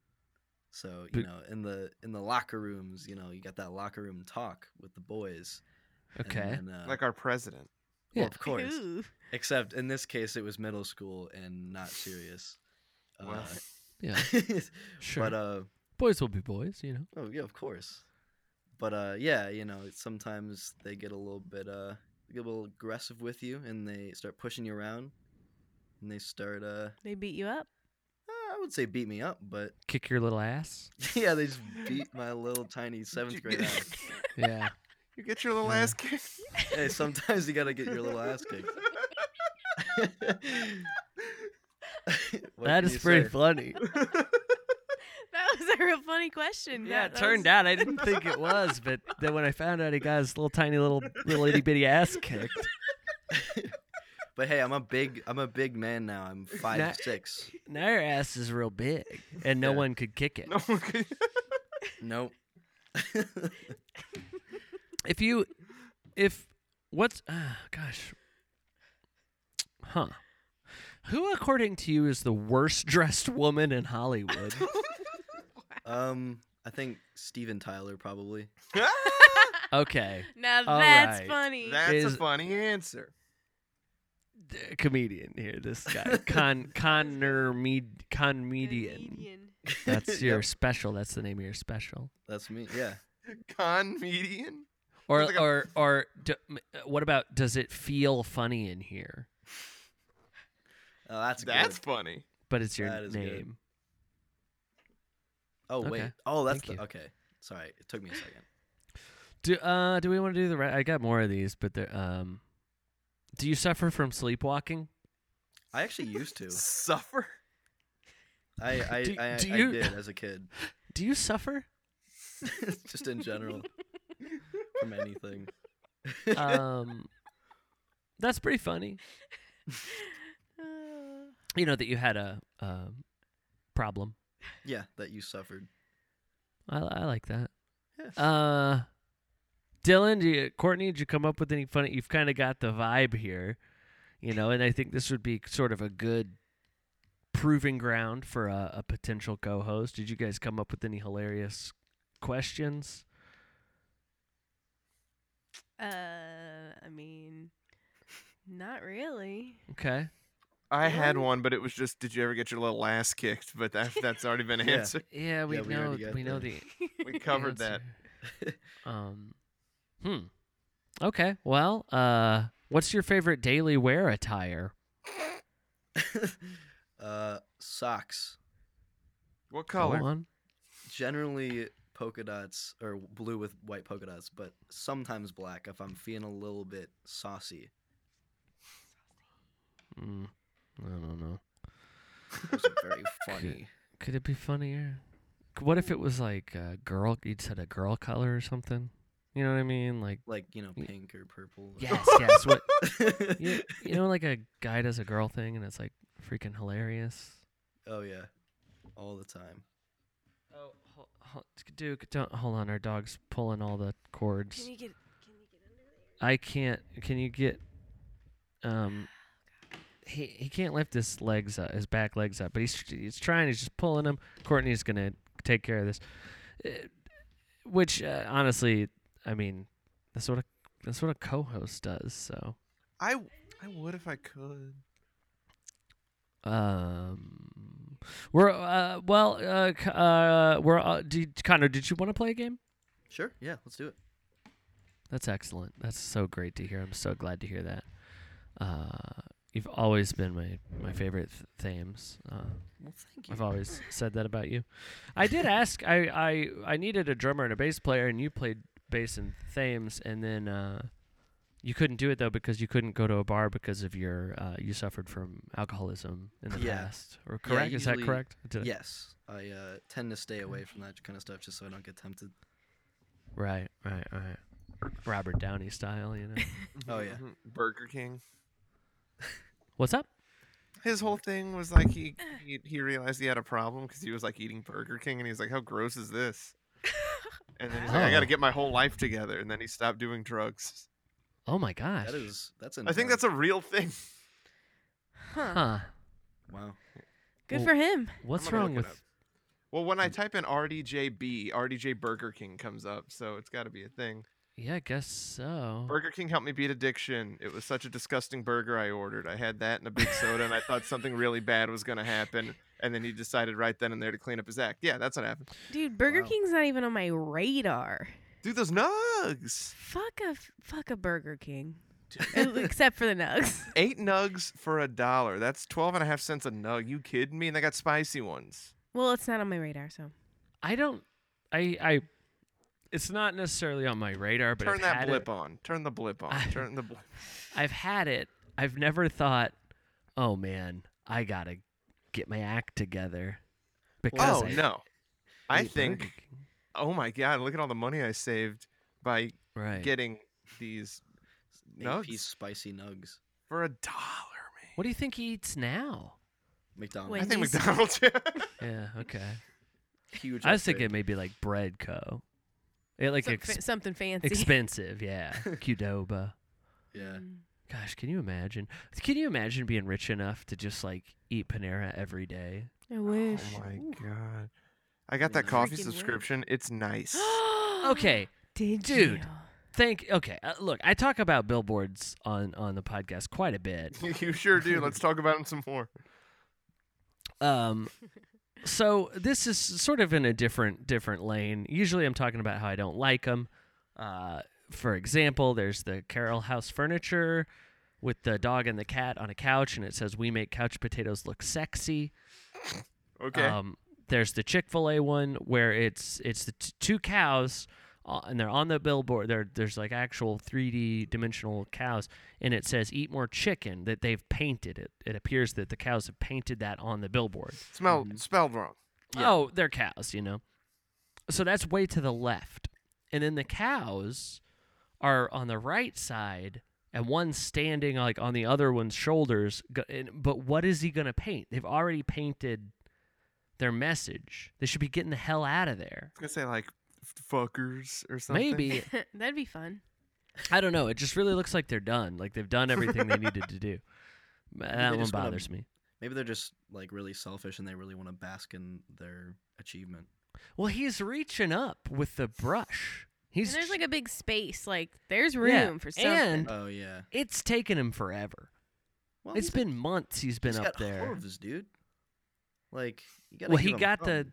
D: So you
A: But-
D: know, in the in the locker rooms, you know, you got that locker room talk with the boys. [laughs] and
A: Okay,
D: then, uh,
C: Like our president.
A: Yeah.
D: well, of course.
B: Ooh.
D: [laughs] Except in this case, it was middle school and not serious.
C: Wow.
A: yeah,
D: [laughs] Uh,
A: sure.
D: But uh,
A: boys will be boys, you know.
D: Oh yeah, of course. But uh, yeah, you know, it's- sometimes they get a little bit uh, they get a little aggressive with you, and they start pushing you around, and they start uh,
B: They beat you up.
D: uh, I would say beat me up, but [laughs]
A: Kick your little ass.
D: yeah, they just beat my little tiny seventh
C: [laughs]
D: grade ass.
A: Yeah,
C: You get your little
A: Yeah.
C: ass kicked. [laughs]
D: Hey, sometimes you gotta get your little ass kicked. [laughs] What
A: that
D: can
A: is
D: you
A: pretty
D: say? [laughs]
A: funny.
B: [laughs] That was a real funny question.
A: Yeah, it turned out I didn't think it was, but then when I found out he got his little tiny little little itty bitty ass kicked.
D: But hey, I'm a big I'm a big man now.
A: [laughs]
D: I'm five
A: Nah.
D: six.
A: Now your ass is real big, and no
D: Yeah.
A: one could kick it.
C: No one could-
D: Nope. [laughs]
A: If you, if what's, uh, gosh, huh? Who, according to you, is the worst dressed woman in Hollywood?
D: um, I think Steven Tyler probably.
A: okay,
B: Now
A: All
B: that's
A: right.
B: funny.
C: That's
A: Is-
C: a funny answer.
A: D- comedian here. This guy, con Connor Med Conmedian.
B: Comedian. [sighs]
A: That's your
D: Yep,
A: special. That's the name of your special.
D: that's me. Yeah.
C: Con median.
A: Or
C: Sounds like a-
A: or or d- m- uh, what about? Does it feel funny in here?
D: Oh, that's good.
C: That's funny.
A: But it's your
D: That is good.
A: name.
D: Oh wait.
A: okay.
D: Oh, that's
A: Thank
D: the,
A: you.
D: okay. Sorry, it took me a second.
A: Do uh do we want to do the re- I got more of these, but they're um do you suffer from sleepwalking?
D: I actually used to.
C: Suffer.
A: [laughs]
D: I I,
A: Do-
D: I,
A: do
D: I
A: you- [laughs]
D: did as a kid, [laughs]
A: Do you suffer?
D: just in general, from anything.
A: [laughs] Um That's pretty funny.
B: Uh,
A: You know that you had a um problem.
D: yeah, that you suffered.
A: I I like that.
D: Yes.
A: Uh Dylan, do you, Courtney, did you come up with any funny you've kind of got the vibe here, you know, and I think this would be sort of a good proving ground for a, a potential co-host. Did you guys come up with any hilarious questions?
B: uh, I mean, not really.
A: Okay.
C: I had
D: Really?
C: one, but it was just, did you ever get your little ass kicked? But
A: [laughs]
C: that, that's already been
D: Yeah.
C: answered.
A: Yeah, we
D: Yeah, we
A: know
D: already
A: th-
D: got
A: we know
D: that. [laughs]
A: the [laughs]
C: We covered that.
A: answer. um, hmm. Okay. Well, uh, what's your favorite daily wear attire?
D: [laughs] uh, socks
C: What
A: Go
C: color?
A: on.
D: generally polka dots or blue with white polka dots, but sometimes black if I'm feeling a little bit saucy.
A: Mm, I don't know.
D: Those
A: [laughs]
D: are very funny.
A: Could it be funnier? C- What if it was like a girl? You said a girl color or something. You know what I mean? Like
D: Like you know,
A: Yeah.
D: pink or purple. or-
A: yes, yes.
D: [laughs]
A: What you, you know? Like a guy does a girl thing, and it's like freaking hilarious.
D: Oh yeah, all the time.
A: Oh, hol- hol- Duke, don't hold on. Our dog's pulling all the cords.
B: Can you get?
A: I can't. Can you get? Um, he he can't lift his legs up, his back legs up, but he's he's trying. He's just pulling him. Courtney's gonna take care of this, Uh, which uh, honestly, I mean, that's what a that's what a co-host does. So,
C: I, I would if I could.
A: um, We're uh, well, uh, c- uh, we're uh, did, Connor. Did you want to play a game?
D: Sure. Yeah. Let's do it.
A: That's excellent. That's so great to hear. I'm so glad to hear that. Uh, you've always been my my favorite th- themes. Uh,
D: Well, thank
A: I've always said that about you. I did ask. I, I I needed a drummer and a bass player, and you played bass and thames, and then uh, you couldn't do it though because you couldn't go to a bar because of your uh, you suffered from alcoholism in the
D: Yeah.
A: past. Or correct? Is that
D: usually-
A: correct? Did I-
D: Yes. I uh, tend to stay away from that kind of stuff just so I don't get tempted.
A: Right. Right. Right. Robert Downey style,
D: [laughs]
A: you know.
D: Oh, yeah.
C: Mm-hmm. Burger King.
A: What's up?
C: His whole thing was
A: [clears throat]
C: like he he, he realized he had a problem because he was like eating Burger King and he's like, how gross
A: [laughs]
C: is this? And then he's like, I got
A: Oh.
C: to get my whole life together. And then he stopped doing drugs.
A: Oh my gosh.
D: That is that's.
C: I think that's a real thing. [laughs]
B: Huh.
A: Huh.
D: wow.
B: Good
A: Well-
B: for him.
A: What's
C: I'm gonna
A: wrong
C: look
A: with? Hmm.
C: it up. Well, when I type in RDJB, RDJ Burger King comes up, so it's got to be a thing.
A: Yeah, I guess so.
C: Burger King helped me beat addiction. It was such a disgusting burger I ordered. I had that and a big soda, and I thought
A: [laughs]
C: something really bad was going to happen. And then he decided right then and there to clean up his act. Yeah, that's what happened.
B: Dude, Burger
D: Wow.
B: King's not even on my radar.
C: Dude, those nugs.
B: Fuck a fuck a Burger King. E, Except for the nugs. [laughs]
C: Eight nugs for a dollar. That's 12 and a half cents a nug. You kidding me? And they got spicy ones.
B: Well, it's not on my radar, so.
A: I don't. I. I. It's not necessarily on my radar, but
C: Turn
A: I've
C: that
A: had
C: blip
A: it,
C: on. Turn the blip on.
A: I-
C: Turn
A: [laughs]
C: the blip.
A: I've had it. I've never thought, oh man, I gotta get my act together because
C: Oh,
A: I
C: no. I
A: ate
C: think,
A: Burger King.
C: oh my God, look at all the money I saved by
A: right.
C: getting these
D: Eight piece
C: nugs
D: spicy nugs.
C: for a dollar, man.
A: what do you think he eats now?
D: McDonald's.
B: Wait.
C: I think
B: Wendy's.
C: McDonald's. [laughs] yeah.
A: Yeah. Okay.
D: Huge.
A: I was
D: upgrade.
A: thinking maybe like bread co. It like
B: Some-
A: ex-
B: fa- something fancy.
A: expensive.
C: [laughs]
A: Yeah. Qdoba.
D: Yeah.
B: Mm.
A: Gosh, can you imagine? Can you imagine being rich enough to just like eat Panera every day?
B: I wish.
C: Oh my god. I got that
D: Yeah.
C: coffee
B: Freaking would.
C: subscription. It's nice. [laughs]
A: Okay.
B: Did
A: Dude.
B: you?
A: Thank. Okay, uh, look, I talk about billboards on on the podcast quite a bit.
C: you sure do. Let's talk about them some more.
A: Um, so this is sort of in a different different lane. Usually, I'm talking about how I don't like them. Uh, for example, there's the Carroll House furniture with the dog and the cat on a couch, and it says "We make couch potatoes look sexy."
C: Okay.
A: Um, there's the Chick Fil A one where it's it's the t- two cows uh, and they're on the billboard. There there's like actual 3D dimensional cows, and it says "Eat more chicken." That they've painted it. It appears that the cows have painted that on the billboard.
C: Smell spelled wrong.
D: Yeah.
A: Oh, they're cows, you know. So that's way to the left, and then the cows are on the right side. And one's standing like on the other one's shoulders, go- and- but what is he gonna paint? They've already painted their message. They should be getting the hell out of there.
C: I was gonna say like f- fuckers or something.
A: Maybe
B: [laughs] That'd be fun.
A: I don't know. It just really looks like they're done. Like they've done everything they needed to do. But
D: Maybe they
A: That one
D: just wanna-
A: bothers me.
D: Maybe they're just like really selfish and they really want to bask in their achievement.
A: Well, he's reaching up with the brush. He's
B: And there's like a big space. Like there's room
A: Yeah,
B: for something.
A: and
D: Oh yeah.
A: it's taken him forever.
D: Well,
A: it's
D: he's-
A: been months he's been
D: he's
A: up
D: got
A: there.
D: Hooves, dude. Like you gotta
A: Well,
D: give
A: he
D: him
A: got the
D: something.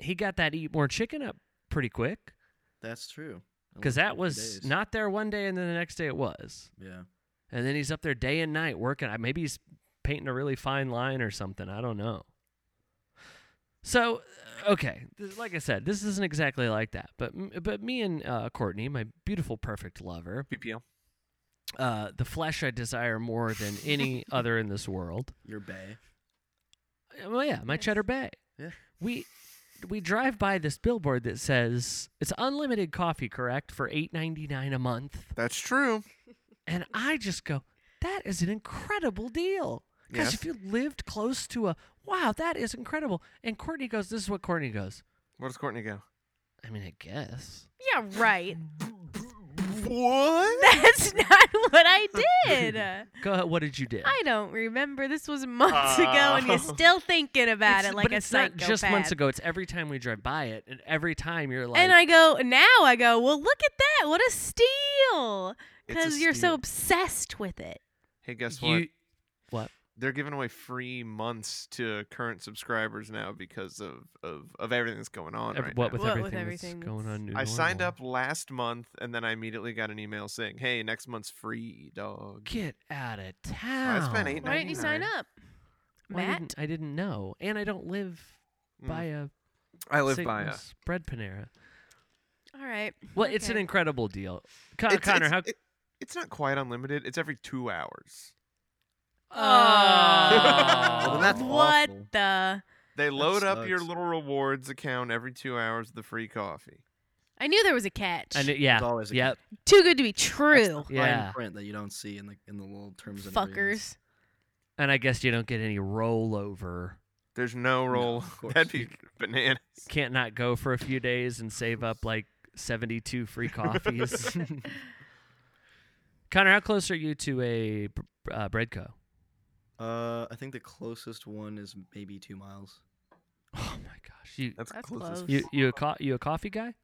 A: he got that eat more chicken up pretty quick
D: That's true. It
A: because that
D: only took a few
A: was
D: days.
A: not there one day and then the next day it was.
D: Yeah.
A: And then he's up there day and night working. I- Maybe he's painting a really fine line or something. I don't know. So, uh, okay, th- like I said, this isn't exactly like that. But m- but me and uh, Courtney, my beautiful, perfect lover,
C: PPL.
A: uh, the flesh I desire more than
D: [laughs]
A: any other in this world.
D: Your bay.
A: Uh, Well, yeah, my
B: Yes.
A: Cheddar Bay.
D: Yeah.
A: We we drive by this billboard that says it's unlimited coffee, correct, for eight ninety nine a month.
C: That's true.
A: And I just go, that is an incredible deal. Gosh,
C: Yes.
A: if you lived close to a, wow, that is incredible. And Courtney goes, this is what Courtney goes.
C: Where does Courtney go?
A: I mean, I guess.
B: Yeah, right. [laughs]
C: What?
B: That's not what I did. I
A: Go ahead. What did you do?
B: don't remember. This was months ago, and
C: Oh.
B: you're still thinking about
A: It's-
B: it like
A: but
B: a
A: it's not
B: psychopath.
A: just months ago. It's every time we drive by it, and every time you're like,
B: and I go now. I go. Well, look at that. What a steal!
C: It's a
B: Because you're so
C: steal.
B: obsessed with it.
C: Hey, guess what?
A: you, what?
C: they're giving away free months to current subscribers now because of of, of everything that's going on
A: Ev-
C: right
A: what
C: now.
A: with
B: What
A: everything,
B: with
A: that's
B: everything
A: going
B: that's-
A: on? New
C: I signed
A: normal.
C: up last month and then I immediately got an email saying, "Hey, next month's free, dog."
A: Get out of town.
C: I spent eight
B: Why didn't you sign
C: $8.99.
B: up,
A: Well, I
B: Matt?
A: didn't- I didn't know, and I don't live
C: Mm.
A: by a.
C: I live by a.
A: Satan's bread Panera.
B: All right.
A: Well, it's an
B: Okay.
A: incredible deal. Con-
C: It's-
A: Connor,
C: it's-
A: how?
C: it- it's not quite unlimited. It's every two hours. [laughs]
A: Oh.
D: Well, then that's
B: what
D: awful.
B: the?
C: They load up your
D: sucks.
C: little rewards account every two hours with the free coffee.
B: I knew there was a catch.
A: I knew- yeah.
D: It's always a
A: yep.
B: Too good to be
D: That's
B: true.
D: the fine
A: Yeah.
D: print that you don't see in the in the little terms and agreements.
B: Fuckers.
A: And I guess you don't get any rollover.
C: There's no roll. [laughs]
D: of course.
C: That'd be bananas.
A: Can't not go for a few days and save up like seventy-two free
C: [laughs]
A: coffees. Connor, how close are you to a b- uh, Breadco?
D: Uh, I think the closest one is maybe two miles.
A: Oh my gosh, you
C: That's,
B: That's
C: close. as
B: close.
A: you you a co- you a coffee guy?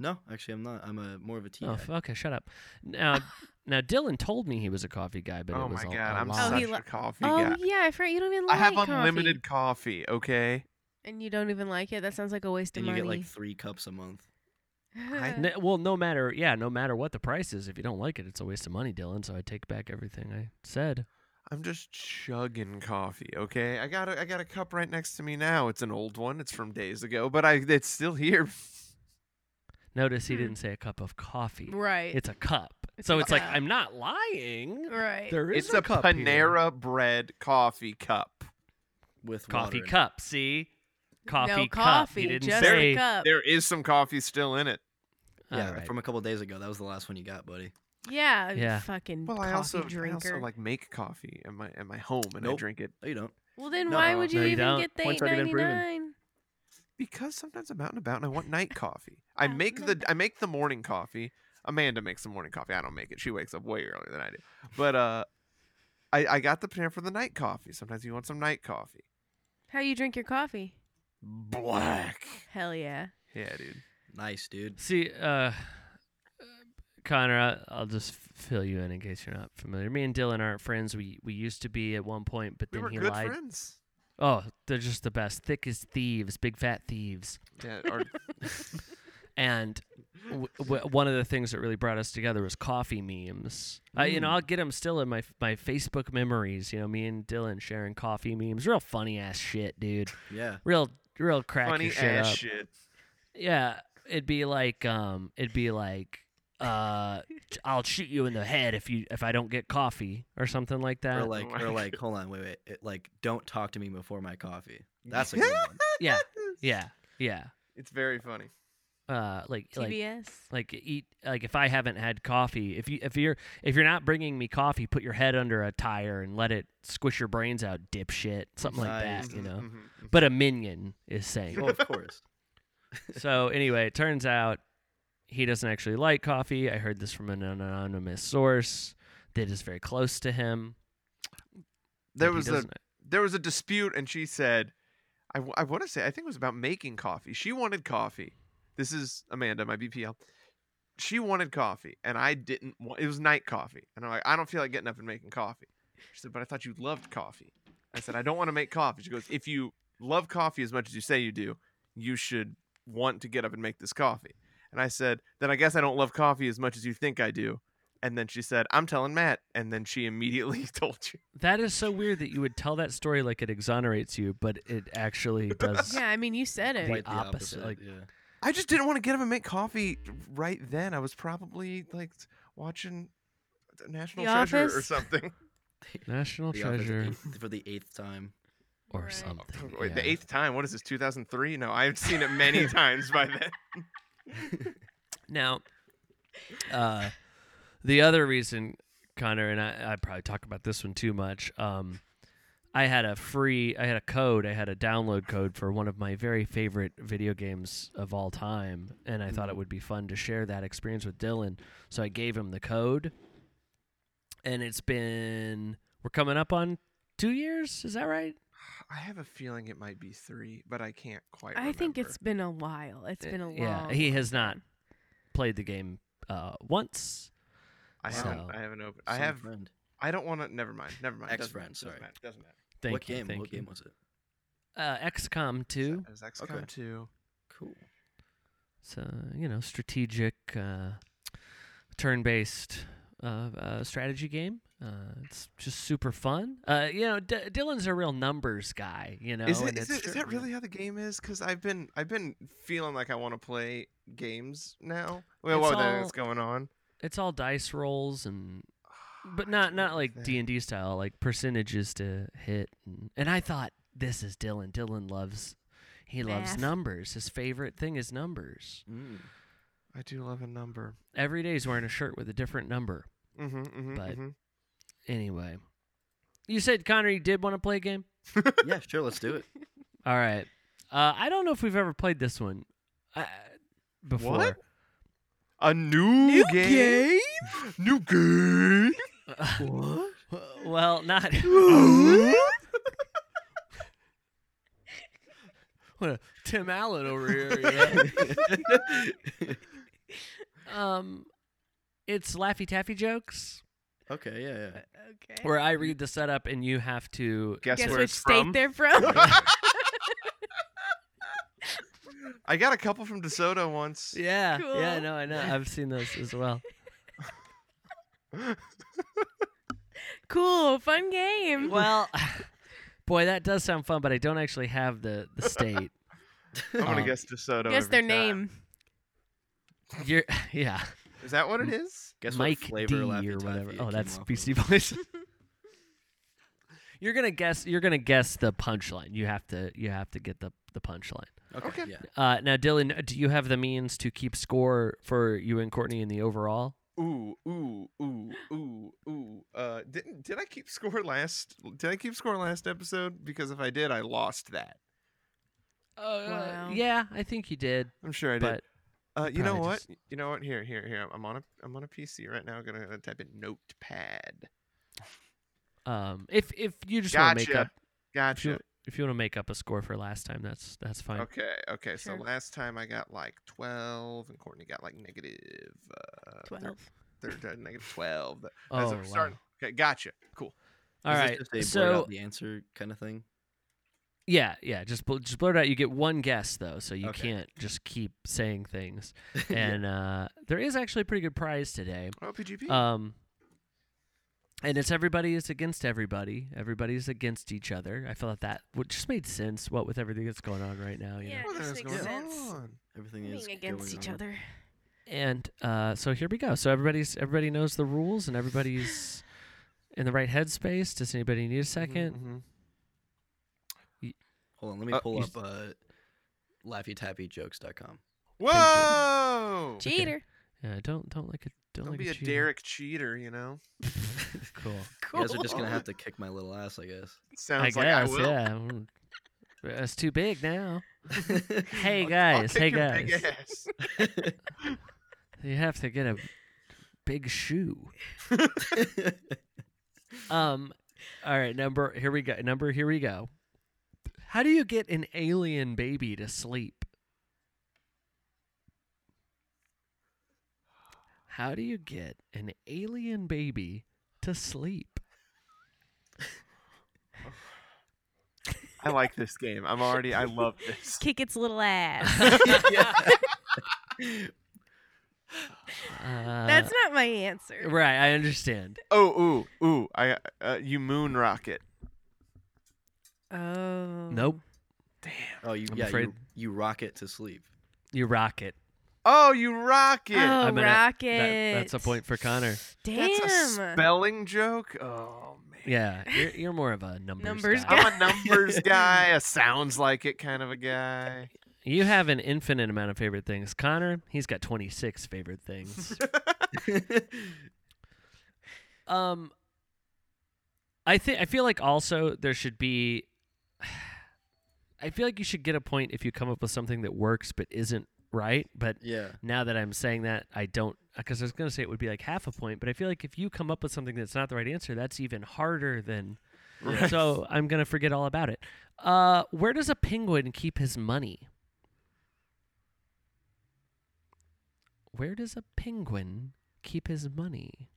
D: No, actually, I'm not. I'm a more of a tea.
A: Oh,
D: guy.
A: f- okay, shut up. Now, now Dylan told me he was a coffee guy, but
C: oh
A: it was
C: my
A: a-
C: god,
A: a
C: I'm
A: lie.
B: Oh,
C: such
B: he
C: a
B: li-
C: coffee
B: Oh
C: guy.
B: yeah, I forgot you don't even
C: I
B: like
C: have
B: coffee.
C: unlimited coffee. Okay,
B: and you don't even like it. That sounds like a waste of
D: and you
B: money.
D: get like three cups a month.
B: [laughs] Oh,
C: I-
A: N- well, no matter, yeah, no matter what the price is, if you don't like it, it's a waste of money, Dylan. So I take back everything I said.
C: I'm just chugging coffee. Okay, I got a, I got a cup right next to me now. It's an old one. It's from days ago, but I it's still here.
A: Notice he
B: Hmm.
A: didn't say a cup of coffee.
B: right.
A: It's a cup.
B: It's
A: so
B: a
A: it's like
B: cup.
A: I'm not lying.
B: right.
A: There is
C: It's a,
A: cup here.
C: Panera bread coffee cup.
D: with
A: coffee
D: water in it.
A: cup. See, coffee
B: no
A: cup.
B: coffee.
A: He didn't
B: just
A: say.
B: a cup.
C: There is some coffee still in it.
A: All
D: Yeah,
A: right.
D: from a couple days ago. That was the last one you got, buddy.
B: Yeah. you
A: Yeah.
B: Fucking
C: Well,
B: coffee
C: I also I
B: drinker.
C: also like make coffee at my at my home and I
D: Nope.
C: drink it
D: Oh, you don't.
B: well, then
C: No,
B: why would you
A: no, you
B: even
A: don't.
B: get the
D: Point's
B: eight
D: already
B: ninety
D: been proven.
B: nine?
C: because sometimes I'm out and about and I want night coffee. I
B: Out and
C: make the
B: about.
C: I make the morning coffee. Amanda makes the morning coffee. I don't make it. She wakes up way earlier than I do. But uh, I I got the pan for the night coffee. Sometimes you want some night coffee.
B: How you drink your coffee?
C: Black.
B: Hell yeah.
C: Yeah, dude.
D: Nice, dude.
A: See, uh, Connor, I, I'll just f- fill you in in case you're not familiar. Me and Dylan aren't friends. We we used to be at one point, but
C: We
A: then
C: were
A: he
C: good
A: lied.
C: friends.
A: Oh, they're just the best. Thick as thieves, big fat thieves.
C: [laughs] Yeah. Or,
A: And w- w- one of the things that really brought us together was coffee memes. I, you know,
D: Mm.
A: I'll get them still in my my Facebook memories. You know, me and Dylan sharing coffee memes. Real funny ass shit, dude.
D: Yeah.
A: Real real crack
C: funny
A: your shit
C: ass
A: up.
C: shit. [laughs]
A: Yeah, it'd be like um, it'd be like uh, I'll shoot you in the head if you if I don't get coffee or something like that.
D: Or like, or
A: [laughs]
C: my
D: like, hold on, wait, wait. It, like, don't talk to me before my coffee.
A: [laughs]
D: That's a good one.
A: yeah, yeah, yeah.
C: It's very funny.
A: Uh, like like
B: TBS.
A: like eat like if i haven't had coffee if you if you're if you're not bringing me coffee put your head under a tire and let it squish your brains out dipshit something like that
D: Nice. Mm-hmm.
A: you know
C: Mhm, mhm.
A: but a minion is saying
D: Well, of course.
A: so anyway it turns out he doesn't actually like coffee i heard this from an anonymous source that is very close to him
C: There
A: Like, he
C: was a
A: doesn't-
C: there was a dispute and she said i, want to say i think it was about making coffee she wanted coffee this is amanda my bpl she wanted coffee and i didn't want it was night coffee and i'm like i don't feel like getting up and making coffee she said but i thought you loved coffee i said i don't want to make coffee she goes if you love coffee as much as you say you do you should want to get up and make this coffee and i said then i guess i don't love coffee as much as you think i do and then she said i'm telling matt and then she immediately [laughs] told you
A: that is so weird that you would tell that story like it exonerates you but it
C: [laughs]
A: actually does
B: Yeah, I mean you said it.
A: Wait.
D: Quite the
A: opposite,
D: opposite.
A: like-
D: yeah.
C: I just didn't want to get up and make coffee right then. I was probably like watching National
B: The
C: Treasure or
B: Office?
C: something. [laughs]
A: national
D: The Office
A: treasure
D: eighth- for the eighth time.
A: or
B: Right.
A: something
C: Wait,
A: yeah.
C: The eighth time. What is this? 2003? No, I've seen [laughs] it many times by then.
A: Now, uh, the other reason, Connor, and I, I probably talk about this one too much. Um, I had a free, I had a code, I had a download code for one of my very favorite video games of all time, and I
B: Mm-hmm.
A: thought it would be fun to share that experience with Dylan. So I gave him the code, and it's been we're coming up on two years. Is that right?
C: [laughs] I have a feeling it might be three, but I can't quite.
B: I think
C: remember.
B: it's been a while. It's been a long.
A: Eh, yeah, he
B: [laughs]
A: has not played the game uh, once.
C: I haven't.
A: so-
C: I haven't opened. I
D: Some
C: have.
D: friend.
C: I don't want to. Never mind. Never mind. doesn't
D: Ex-friend,
C: matter, doesn't
D: sorry.
C: matter, Doesn't matter.
A: Thank
D: what
A: you.
D: game?
A: Thank
D: what
A: you.
D: game was it?
A: Uh, XCOM 2.
C: It was XCOM 2.
D: Cool.
A: So you know, strategic, uh, turn-based uh, uh, strategy game. Uh, it's just super fun. Uh, you know, D- Dylan's a real numbers guy. You know,
C: is, it,
A: and
C: is,
A: it's
C: it, is that really how the game is? Because I've been I've been feeling like I want to play games now. Well,
A: It's
C: well then it's
A: all-
C: going on.
A: it's all dice rolls and but
C: Ah, I
A: not
C: do
A: not like
C: that.
A: D and D style, like percentages to hit. And, and I thought this is Dylan. Dylan loves he loves
B: Math.
A: numbers. His favorite thing is numbers. [laughs]
D: Mm.
C: I do love a number.
A: Every day he's wearing a shirt with a different number.
C: Mm-hmm, mm-hmm,
A: But- Anyway, you said Connor, you did want to play a game.
D: yeah, sure.
A: [laughs]
D: Let's do it. [laughs]
A: All right. Uh, I don't know if we've ever played this one uh, before.
C: A new, game? New game?
D: What?
A: Well, not. what a Tim Allen over here. um, it's Laffy Taffy jokes
D: okay. Yeah. Yeah.
B: Okay.
A: where I read the setup and you have to.
C: Guess,
B: Guess
C: where
B: which
C: it's
B: state
C: from?
B: they're from.
C: [laughs] I got a couple from DeSoto once.
A: [laughs] Yeah, yeah,
B: Cool.
A: no, I know. I've seen those as well.
B: cool, fun game.
A: Well, [laughs] boy, that does sound fun, but I don't actually have the the state.
C: I'm
D: [laughs]
C: gonna
A: Um,
C: guess DeSoto.
B: Guess their
C: every time.
B: name.
A: You're, [laughs] yeah,
C: Is that what it
A: Mm.
C: is?
D: Guess
A: Mike
D: what flavor
A: D
D: Laffy
A: or whatever.
D: Taffy it
A: Oh,
D: came
A: that's
D: off of.
A: BC voice. [laughs] you're gonna guess. You're gonna guess the punchline. You have to. You have to get the the punchline.
D: Okay.
C: Okay.
D: Yeah.
A: Uh, now, Dylan, do you have the means to keep score for you and Courtney in the overall?
C: Ooh, ooh, ooh, ooh, ooh. Uh, didn't did I keep score last? Did I keep score last episode? Because if I did, I lost that.
B: Wow.
A: Uh, Yeah, I think you did.
C: I'm sure I did.
A: But
C: Uh, you know
A: Probably
C: what?
A: just-
C: You know what? Here, here, here. I'm on a I'm on a PC right now. gonna type in Notepad.
A: um, if if you just want to make
C: Gotcha.
A: up, if you,
C: Gotcha.
A: if you want to make up a score for last time, that's that's fine.
C: Okay, okay.
B: Sure.
C: So last time I got like 12, and Courtney got like negative uh, thir-
B: 12.
C: thir- uh, negative 12. That-
A: Oh,
C: that's what
A: wow.
C: we're starting. Okay, gotcha. Cool.
A: All
D: Is this
A: right.
D: Just a blurt
A: So
D: out the answer kind of thing.
A: yeah, yeah. Just bl- just blurt out. You get one guess though, so you
D: Okay.
A: can't just keep saying things.
D: Yeah.
A: And uh, there is actually a pretty good prize today.
C: Oh, PGP.
A: Um, and it's everybody is against everybody. Everybody's against each other. I feel like that would just made sense. What with everything that's going on right now, you
B: Yeah.
A: know.
C: What the
B: this
C: hell's
B: makes
C: going
B: sense.
C: on?
D: Everything is
B: Being against
D: going
B: each
D: on.
B: other.
A: And uh, so here we go. So everybody's everybody knows the rules, and everybody's in the right headspace. Does anybody need a 2nd
C: Mhm,
D: Hold on. Let me
C: Uh,
D: pull
A: you
D: up uh, laffytappyjokes.com.
C: mhm. Whoa!
B: Cheater.
A: Yeah, Uh, don't don't like a don't,
C: Don't
A: like
C: be a
A: cheater.
C: Derek cheater, you know?
A: [laughs] Cool.
D: You
B: Cool.
D: guys are just gonna have to kick my little ass, I
A: [laughs]
D: guess.
C: Sounds
A: I
C: like
A: guess.
C: I will.
A: yeah. Mm. That's too big now.
C: [laughs]
A: Hey
C: I'll-
A: guys.
C: I'll
A: hey
C: kick your big
A: guys. [laughs]
C: ass.
A: You have to get a big shoe. Um, all right, number here we go. Number here we go. How do you get an alien baby to sleep? How do you get an alien baby to sleep?
C: I like this game. I'm already. I love this.
B: [laughs] Kick its
A: [laughs]
B: little ass.
A: Uh-huh.
B: That's not my answer.
A: Uh, right. I understand.
C: Oh, ooh, ooh. I uh, you moon rocket.
B: Oh.
A: Nope.
D: oh, you
A: I'm
D: yeah,
A: afraid-
D: you, you rock it to sleep. [laughs]
A: You rock it.
C: Oh, you rocket.
B: Oh,
A: I mean, I-
B: rocket.
A: That, that's a point for Connor.
B: Damn.
C: That's a spelling joke. Oh man.
B: [laughs]
A: Yeah, you're, you're more of a numbers,
B: Numbers
A: guy.
B: guy.
C: I'm a numbers guy, a sounds like it kind of a guy.
A: You have an infinite amount of favorite things. Connor, he's got 26 favorite
B: [laughs]
A: things. Um, I think I feel like also there should be. I feel like you should get a point if you come up with something that works but isn't right. But [laughs]
D: yeah.
A: now that I'm saying that, I don't because I was gonna say it would be like half a point, but I feel like if you come up with something that's not the right answer, that's even harder than.
C: Right.
A: [laughs] So I'm gonna forget all about it. Uh, where does a penguin keep his money? Where does a penguin keep his money?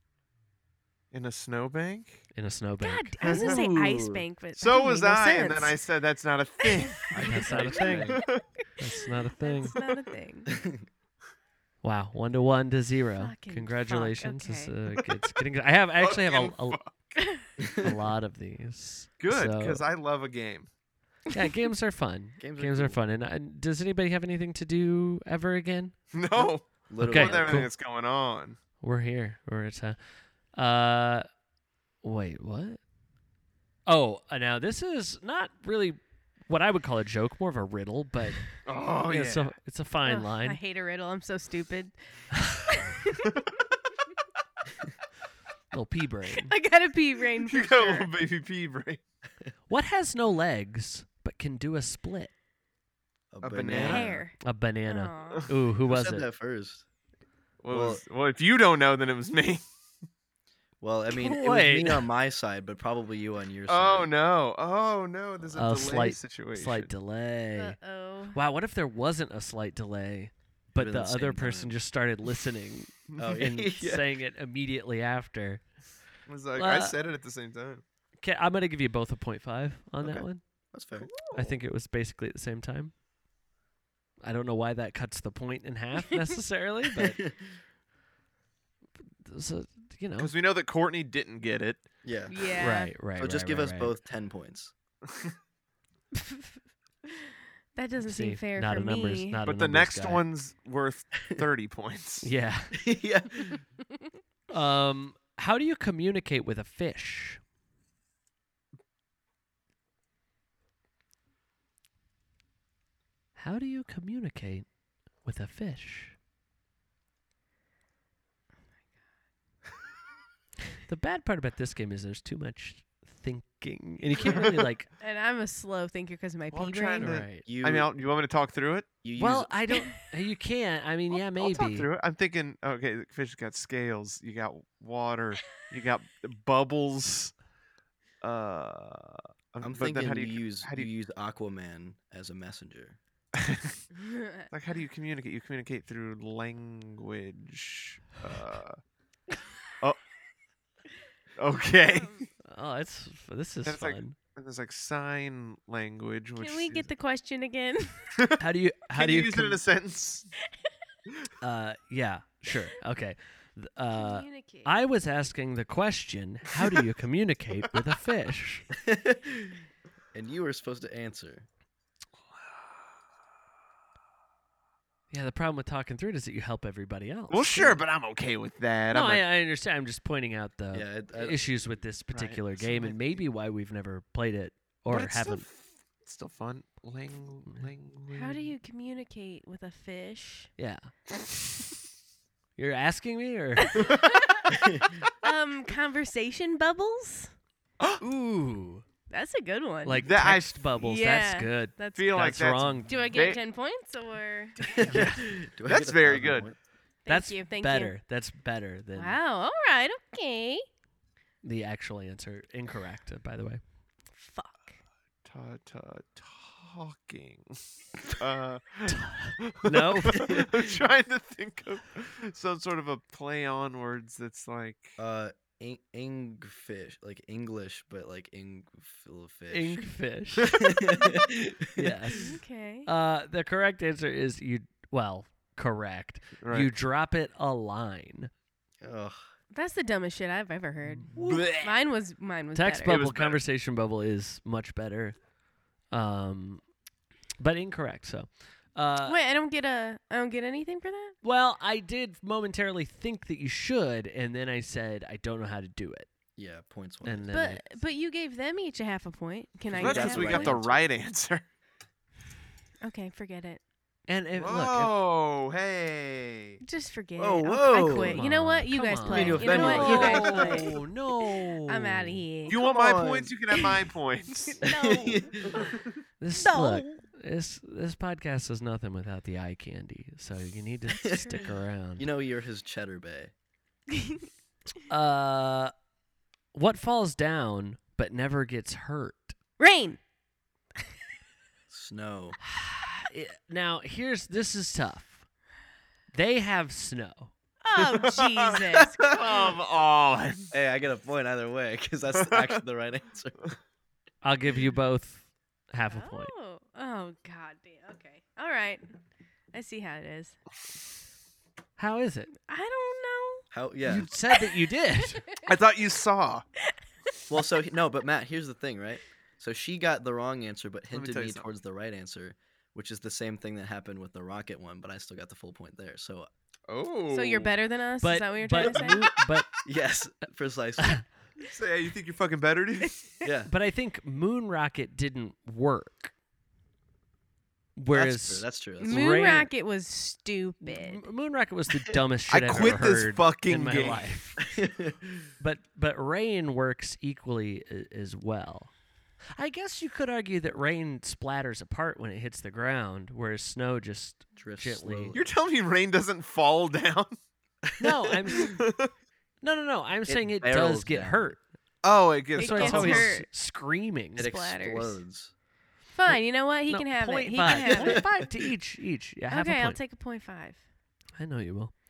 C: in a snowbank.
A: in a snowbank.
B: God, I was gonna say ice
D: Ooh.
B: bank, but
C: So was I,
B: that
C: and
B: didn't
C: then I
B: make
C: said
B: [laughs]
C: that's not a thing.
A: That's
C: [laughs]
A: not a thing. That's not a thing.
B: no sense. That's not a thing.
A: Wow, one to one to zero.
B: Fucking fuck,
A: Congratulations! It's,
B: okay.
A: uh, it's getting. I have I actually have a,
C: Fucking
A: a,
C: fuck.
A: a lot of these.
C: good
A: So-
C: because I love a game. [laughs]
A: yeah, games are fun.
D: [laughs] Games are
A: games are
D: cool.
A: fun. And uh, does anybody have anything to do ever again?
C: No,
D: Literally.
A: Okay,
C: with everything
A: cool.
C: that's going on.
A: We're here. We're at uh, uh wait, what? Oh, uh, now this is not really what I would call a joke, more of a riddle, but
D: [laughs]
C: Oh yeah. [laughs]
A: it's a it's a [laughs] fine
B: Ugh, I
A: line.
B: hate a riddle. I'm so stupid. [laughs]
A: Little pea brain.
B: [laughs] I got a
C: [laughs]
B: pea brain for
C: you got a
B: sure.
C: little baby pea brain.
A: What has no legs but can do a split?
C: A banana.
B: Hair.
A: A banana. [laughs]
B: Aw.
A: Ooh, who
D: Who
A: was
D: said
A: it?
D: that first?
C: Well,
D: Well-
C: was- well, if you don't know, then it was me.
D: Well, I mean, it was
A: Wait.
D: me on my side, but probably you on your side.
C: [laughs] Oh no! Oh no! There's a
A: Oh,
C: delay
A: slight-
C: situation.
A: Slight delay.
B: Uh, Uh-oh.
A: Wow, what if there wasn't a slight delay, but
D: But
A: the
D: at the
A: other
D: same
A: person
D: time.
A: just started
D: [laughs]
A: listening uh,
D: Oh, yeah.
A: and saying it immediately after?
C: It was like I
A: Uh,
C: said it at the same time.
A: Okay, I'm gonna give you both a point five on
D: Okay.
A: that one.
D: That's fair.
A: I think it was basically at the same time. I don't know why that cuts the point in half
D: [laughs]
A: necessarily, but so, you
C: [laughs]
A: know,
C: Because we know that Courtney didn't get it.
D: yeah.
B: Yeah.
A: right, right.
D: So just
A: right,
D: give
A: right,
D: us
A: right.
D: both 10 points.
B: that doesn't
A: See,
B: seem fair
A: not
B: for
A: a numbers,
B: me.
A: not a
C: But the
A: numbers
C: next
A: guy.
C: one's worth 30 points.
A: yeah.
D: [laughs] [laughs] yeah.
A: Um, how do you communicate with a fish? How do you communicate with a fish? the bad part about this game is there's too much thinking, and you can't
C: [laughs]
A: really like.
B: and I'm a slow thinker because of my
C: Well, I'm
B: pea
C: trying
B: brain.
C: to-
A: right.
D: You,
C: I mean, I'll, you want me to talk through it?
D: you use,
A: Well, I
C: [laughs]
A: don't. You can't. I mean, yeah,
C: I'll- I'll talk
A: maybe.
C: through it. I'm thinking, okay, the fish got scales. You got water. you got bubbles. Uh, I'm,
D: I'm
C: but then
D: thinking
C: how do
D: you,
C: you,
D: use
C: how do
D: you, use Aquaman as
C: [laughs]
D: a messenger.
B: [laughs]
C: like how do you communicate? You communicate through language. Uh, oh, okay.
B: Um,
A: Oh, it's this is
C: That's like-
A: fun.
C: And there's like sign language. Which
B: Can we
A: [laughs]
B: get the question again?
A: how do you? How
C: Can
A: do
C: you
A: you?
C: use it in
A: com-
C: a sentence?
A: Uh, yeah, sure. Okay.
B: [laughs]
A: Th- Uh,
B: Communicate.
A: I was asking the question, how do you communicate with a fish? [laughs]
D: and you were supposed to answer.
A: Yeah, the problem with talking through it is that you help everybody else.
C: Well, sure, but I'm okay with that.
A: No,
C: I'm
A: I,
C: like,
A: I understand. I'm just pointing out the
D: yeah. I, I,
A: issues with this particular
C: so
A: game
C: I
A: and
C: think-
A: maybe why we've never played it
C: but
A: or
C: it's still
A: haven't.
C: f- it's still fun. Lang- language.
B: How do
A: Mm.
B: you communicate with a fish?
A: Yeah. You're asking me
C: [laughs]
A: or [laughs]
B: Um, conversation bubbles.
A: ooh,
B: That's a good one.
A: like
C: That I
A: text bubbles.
B: Yeah.
A: That's good.
B: that's.
C: feel like
A: that's
C: that's [laughs]
A: wrong.
B: Do I get
C: They-
B: ten points
A: [laughs]
B: or?
D: [laughs] do I
C: That's
D: get a
C: very
D: thousand
C: good.
D: points?
A: That's
B: you, thank you.
A: better. That's better than
B: Wow. All right. Okay.
A: the actual answer. Incorrect, uh, by the way.
B: Fuck.
C: ta ta talking? uh, [laughs]
A: No.
C: I'm trying to think of some sort of a play on words that's like
D: Uh, ing- ingfish, like English, but like ingfish. [laughs]
C: [laughs]
A: Inkfish. yes.
B: Okay.
A: Uh, the correct answer is you. Well, correct.
C: right.
A: You drop it a line.
D: Ugh.
B: that's the dumbest shit I've ever heard.
C: Blech.
B: Mine was mine was
A: Text
B: better.
C: It
A: bubble,
C: was better.
A: conversation bubble is much better, um, but incorrect. So, uh,
B: Wait, I don't get a. I don't get anything for that.
A: well, I did momentarily think that you should, and then I said I don't know how to do it,
D: Yeah, points one. [laughs]
A: and then
B: But
A: I-
B: but you gave them each a half a point. Can I?
C: That's
B: get
C: because
B: half
C: we
B: a
C: got the
B: point?
C: right answer.
B: Okay, forget it.
A: and if, look,
C: Whoa, hey.
B: Just forget
C: Oh,
D: Whoa,
B: it. I'll- I
D: whoa.
B: quit.
A: Come
B: You know what?
A: on,
B: You
A: come
B: guys
A: on.
B: play.
D: Mean to
B: You know
D: offend
B: what?
D: me.
B: You guys play.
A: no, no,
B: I'm out of here.
C: If you want my
D: Come
C: points?
D: on.
C: You can have my points.
B: [laughs] no.
A: This [laughs]
B: No.
A: look, this this podcast is nothing without the eye candy, so you need to stick
C: [laughs]
A: around.
D: you know you're his cheddar bay.
A: Uh, what falls down but never gets hurt? [sighs]
B: Rain.
D: Snow.
A: It- now here's this is tough. They have snow. [laughs]
B: Oh Jesus!
C: [laughs] Come on.
D: Hey, I get a point either way because that's actually the right answer.
A: I'll give you both half a point.
B: Oh, oh God, damn. Okay, all right. I see how it is.
A: How is it?
B: I don't
D: How? Yeah.
A: You said that you
B: [laughs]
C: [laughs]
A: did.
C: I thought you saw.
D: Well, so no, but Matt, here's the thing, right? So she got the wrong answer, but
C: me
D: hinted
C: tell
D: me,
C: you something.
D: towards the right answer, which is the same thing that happened with the rocket one. But I still got the full point there. So [laughs]
C: Oh.
B: know. So you're better than us.
A: but
B: is that what you're
A: but,
B: trying to say?
A: mo- but
D: yes, precisely.
C: Say, hey, you think you're fucking better, [laughs] dude?
D: Yeah.
A: but I think Moon Rocket didn't work.
D: That's
A: Whereas
D: true. That's true. That's
A: Mo-
B: Moon
A: Rain-
B: Rocket was stupid.
A: M- Moon Rocket was
C: [laughs]
A: the dumbest
C: I
A: shit have
C: quit
A: ever
C: this
A: heard
C: fucking
A: in my
C: game.
A: life.
D: true. [laughs]
A: But but rain works equally a- as well. I guess you could argue that rain splatters apart when it hits the ground, whereas snow
B: [laughs]
A: just
D: Drift
A: Gently.
D: slowly.
C: You're telling me rain doesn't fall down?
A: no. I'm s- [laughs] no no no. I'm saying it does
D: barrels
A: get
D: down.
A: hurt.
C: [laughs] Oh, it gets
A: That's
B: It
A: why it's
B: gets
A: always
B: hurt.
A: screaming.
D: it
B: splatters.
D: explodes.
B: Fine. You know what? He
A: No,
B: can have it.
A: point
B: He
A: five.
B: can have
A: Point
B: it.
A: five to each each. Yeah, [laughs] half a
B: Okay, I'll
A: point.
B: take a point
A: [laughs]
B: five.
A: I know you will.
C: [laughs]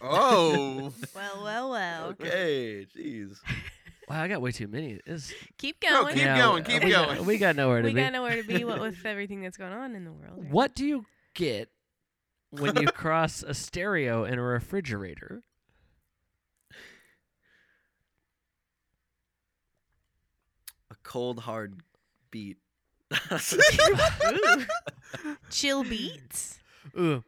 C: Oh.
B: Well, well, well.
D: Okay, jeez.
A: Wow, I got way too many. This,
B: Keep
C: No,
B: going.
C: Keep
A: Yeah,
C: going,
A: we-
C: keep
A: we got-
C: going.
A: we got nowhere to
B: we
A: be.
B: got nowhere to be
A: [laughs]
B: what with everything that's going on in the world. right?
A: What do you get when
B: [laughs]
A: you cross a stereo and a refrigerator?
D: A cold hard beat. [laughs]
B: Chill beats.
A: Ooh.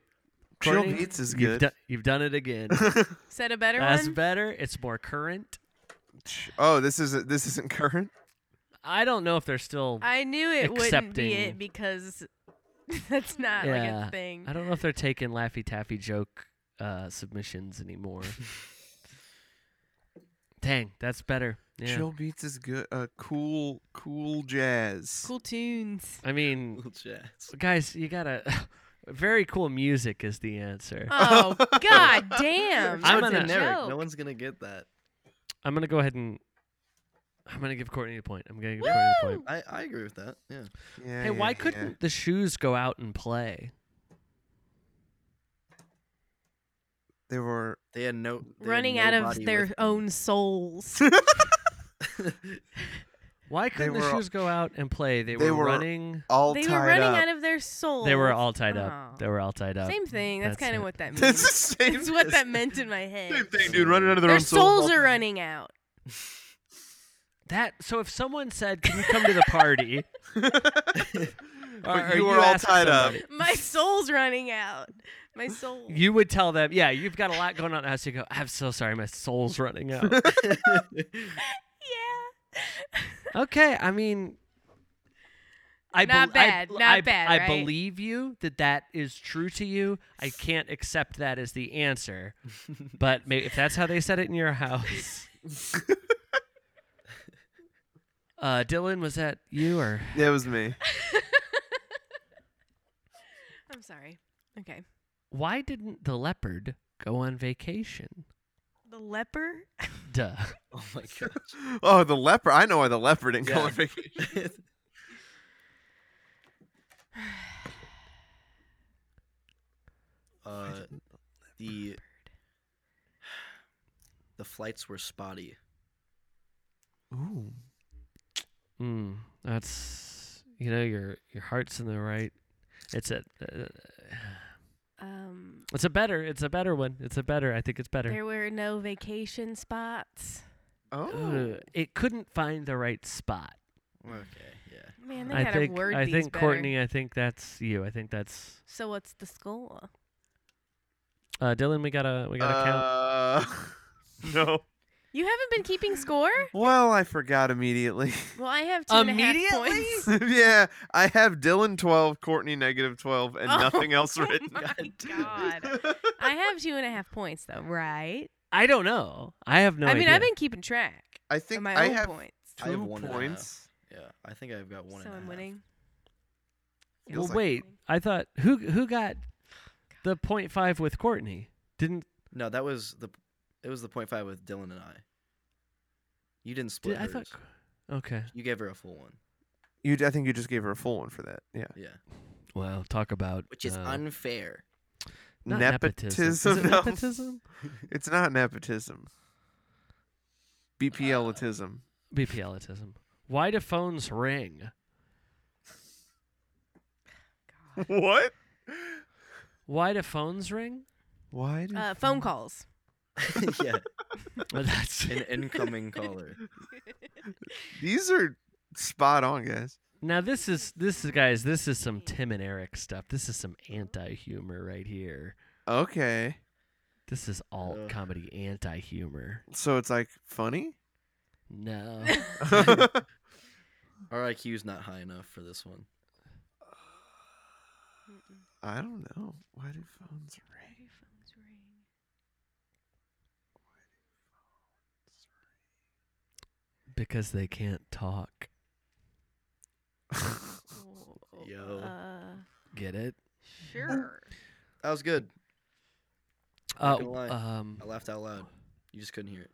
C: Chill
A: Courtney,
C: Beats is
A: You've,
C: good.
A: do- you've done it
B: [laughs]
A: again.
C: [laughs]
B: Is that a better
A: That's
B: one?
A: better. It's more current.
C: oh, this is this isn't current.
A: I don't know if they're still. I,
B: I knew it wouldn't be
A: Accepting.
B: it because [laughs] that's not like
A: Yeah.
B: a thing.
A: don't know if they're taking Laffy Taffy joke uh, submissions
C: [laughs]
A: anymore. Dang, that's better. Yeah.
C: Chill Beats is good. Uh, cool, cool jazz.
B: Cool tunes.
A: I mean,
D: Little jazz.
A: guys, you gotta. [laughs] Very cool music is the answer. [laughs]
B: Oh god damn.
A: I'm
B: that's a
A: gonna-
D: generic. No
B: joke.
D: one's gonna get that.
A: I'm gonna go ahead and. I'm gonna give Courtney a point. I'm gonna give Courtney a point.
B: Woo!
D: I, I agree with that. Yeah.
C: Yeah,
A: Hey,
C: yeah,
A: why
C: yeah.
A: couldn't the shoes go out and play?
C: they were?
D: They had no they had
B: Running
D: no
B: out of
D: body
B: their
D: with them.
B: own souls.
A: Why couldn't the
C: were-
A: shoes go out and play? They,
C: they
A: were,
C: were
A: running.
C: All
B: they
C: tied
B: were running
C: up.
B: out of their souls.
A: They were all tied up.
B: Oh.
A: They were all tied up.
B: Same thing. That's,
A: That's
B: kind
A: it.
B: of
A: [laughs]
B: what
C: [laughs]
B: that means.
C: That's the same,
B: [laughs] That's what that meant in my head.
C: same thing, dude. Running out of their,
B: Their
C: own
B: souls are running out.
A: That so if someone said, "Can you come to the [laughs] party?"
C: [laughs] but
A: or
C: you were all
A: ask
C: tied
A: somebody,
C: up.
B: My soul's running out. My soul.
A: You would tell them, "Yeah, you've got a lot going on." in the house." you go, "I'm so sorry, my soul's running out." [laughs]
B: yeah.
A: okay, I mean, I
B: Not
A: bel- I-
B: bad, not
A: I-
B: bad,
A: I
B: right?
A: believe you that that is true to you. I can't accept that as the answer, but may- if that's how they said it in your [laughs] house. Uh, Dylan, was that you or
C: That was me.
B: I'm sorry. Okay.
A: why didn't the leopard go on vacation?
B: The leper.
A: Duh.
D: [laughs] oh [laughs] my god.
C: Oh, the leper. I know why the leper didn't go
D: Yeah.
C: on vacation.
D: [laughs]
B: [sighs]
D: uh, the [sighs] the flights were spotty.
C: Ooh.
A: Mm, that's you know your your heart's in the right. It's a uh,
B: Um.
A: it's a better it's a better one. It's a better. I think it's better.
B: There were no vacation spots.
C: Oh.
A: Ugh, it couldn't find the right spot.
D: Okay, yeah.
B: Man, they
A: I
B: gotta
A: think
B: word
A: I
B: these
A: think
B: better.
A: Courtney. I think that's you. I think that's
B: So what's the score?
A: uh, Dylan. We gotta we gotta count. [laughs]
C: Uh, [laughs] no.
B: You haven't
A: [sighs]
B: been keeping score?
C: Well, I
B: [laughs]
C: forgot immediately.
B: Well, I have two and a half
A: Immediately? [laughs]
B: points.
C: [laughs] yeah, I have Dylan 12, Courtney negative 12,
B: [laughs]
C: and
B: Oh
C: nothing else
B: my
C: [laughs] written.
D: [laughs]
B: God. [laughs] I have two and a half points though, right?
A: I don't know. I have no.
B: I mean,
A: idea.
B: I've been keeping track
C: I
B: of
C: think
B: my
C: I
B: own
C: have
B: points,
C: two
D: I have one and a half.
C: points.
D: Yeah, I think I've got one.
B: so
D: and a
B: I'm
D: half.
B: winning.
C: Feels
A: Well,
C: like-
A: wait. I thought who who got the point five with Courtney? Didn't
D: No, that was the it was the point five with Dylan and I. You didn't split
A: did, I thought?
D: hers.
A: Okay.
D: You gave her a full one.
C: You, I think you just gave her a full one for that. Yeah.
D: Yeah,
A: Well, talk about
D: which is
A: uh,
D: unfair.
A: Not
C: nepotism.
A: Is it
C: [laughs] No,
A: nepotism?
C: it's not nepotism. BPLitism.
A: [laughs] BPLitism. Why do phones ring?
B: God.
C: what?
A: Why do phones
D: [laughs]
A: ring?
C: Why? Do
B: Uh, phone calls.
D: yeah,
A: Well, that's
D: an incoming caller.
C: These are spot on, guys.
A: now this is this is guys this is some Tim and Eric stuff. This is some anti humor right here.
C: Okay,
A: This is alt
D: Ugh.
A: comedy anti humor.
C: so it's like
A: [laughs]
C: funny. [laughs]
D: [laughs]
A: No,
D: Our IQ's not high enough for this one.
C: I don't know. Why do phones ring?
A: because they can't talk.
C: [laughs]
D: Yo.
B: Uh,
A: Get it?
B: sure.
D: That was good.
A: Uh,
D: Not gonna lie.
A: um,
D: [laughs] I laughed out loud. You just couldn't hear it.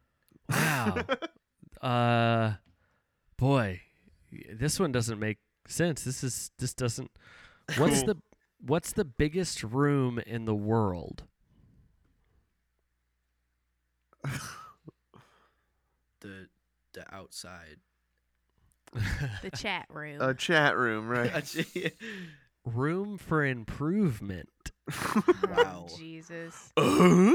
A: wow. uh, boy, y- this one doesn't make sense. This is this doesn't. What's
C: Cool.
A: the what's the biggest room in the
D: [laughs]
A: world?
D: The the
A: [laughs]
D: outside.
B: The chat room. [laughs]
C: [laughs] A chat room,
D: [laughs]
C: right?
D: wow.
A: room for improvement.
B: Oh,
D: wow.
B: Jesus.
C: Uh-huh.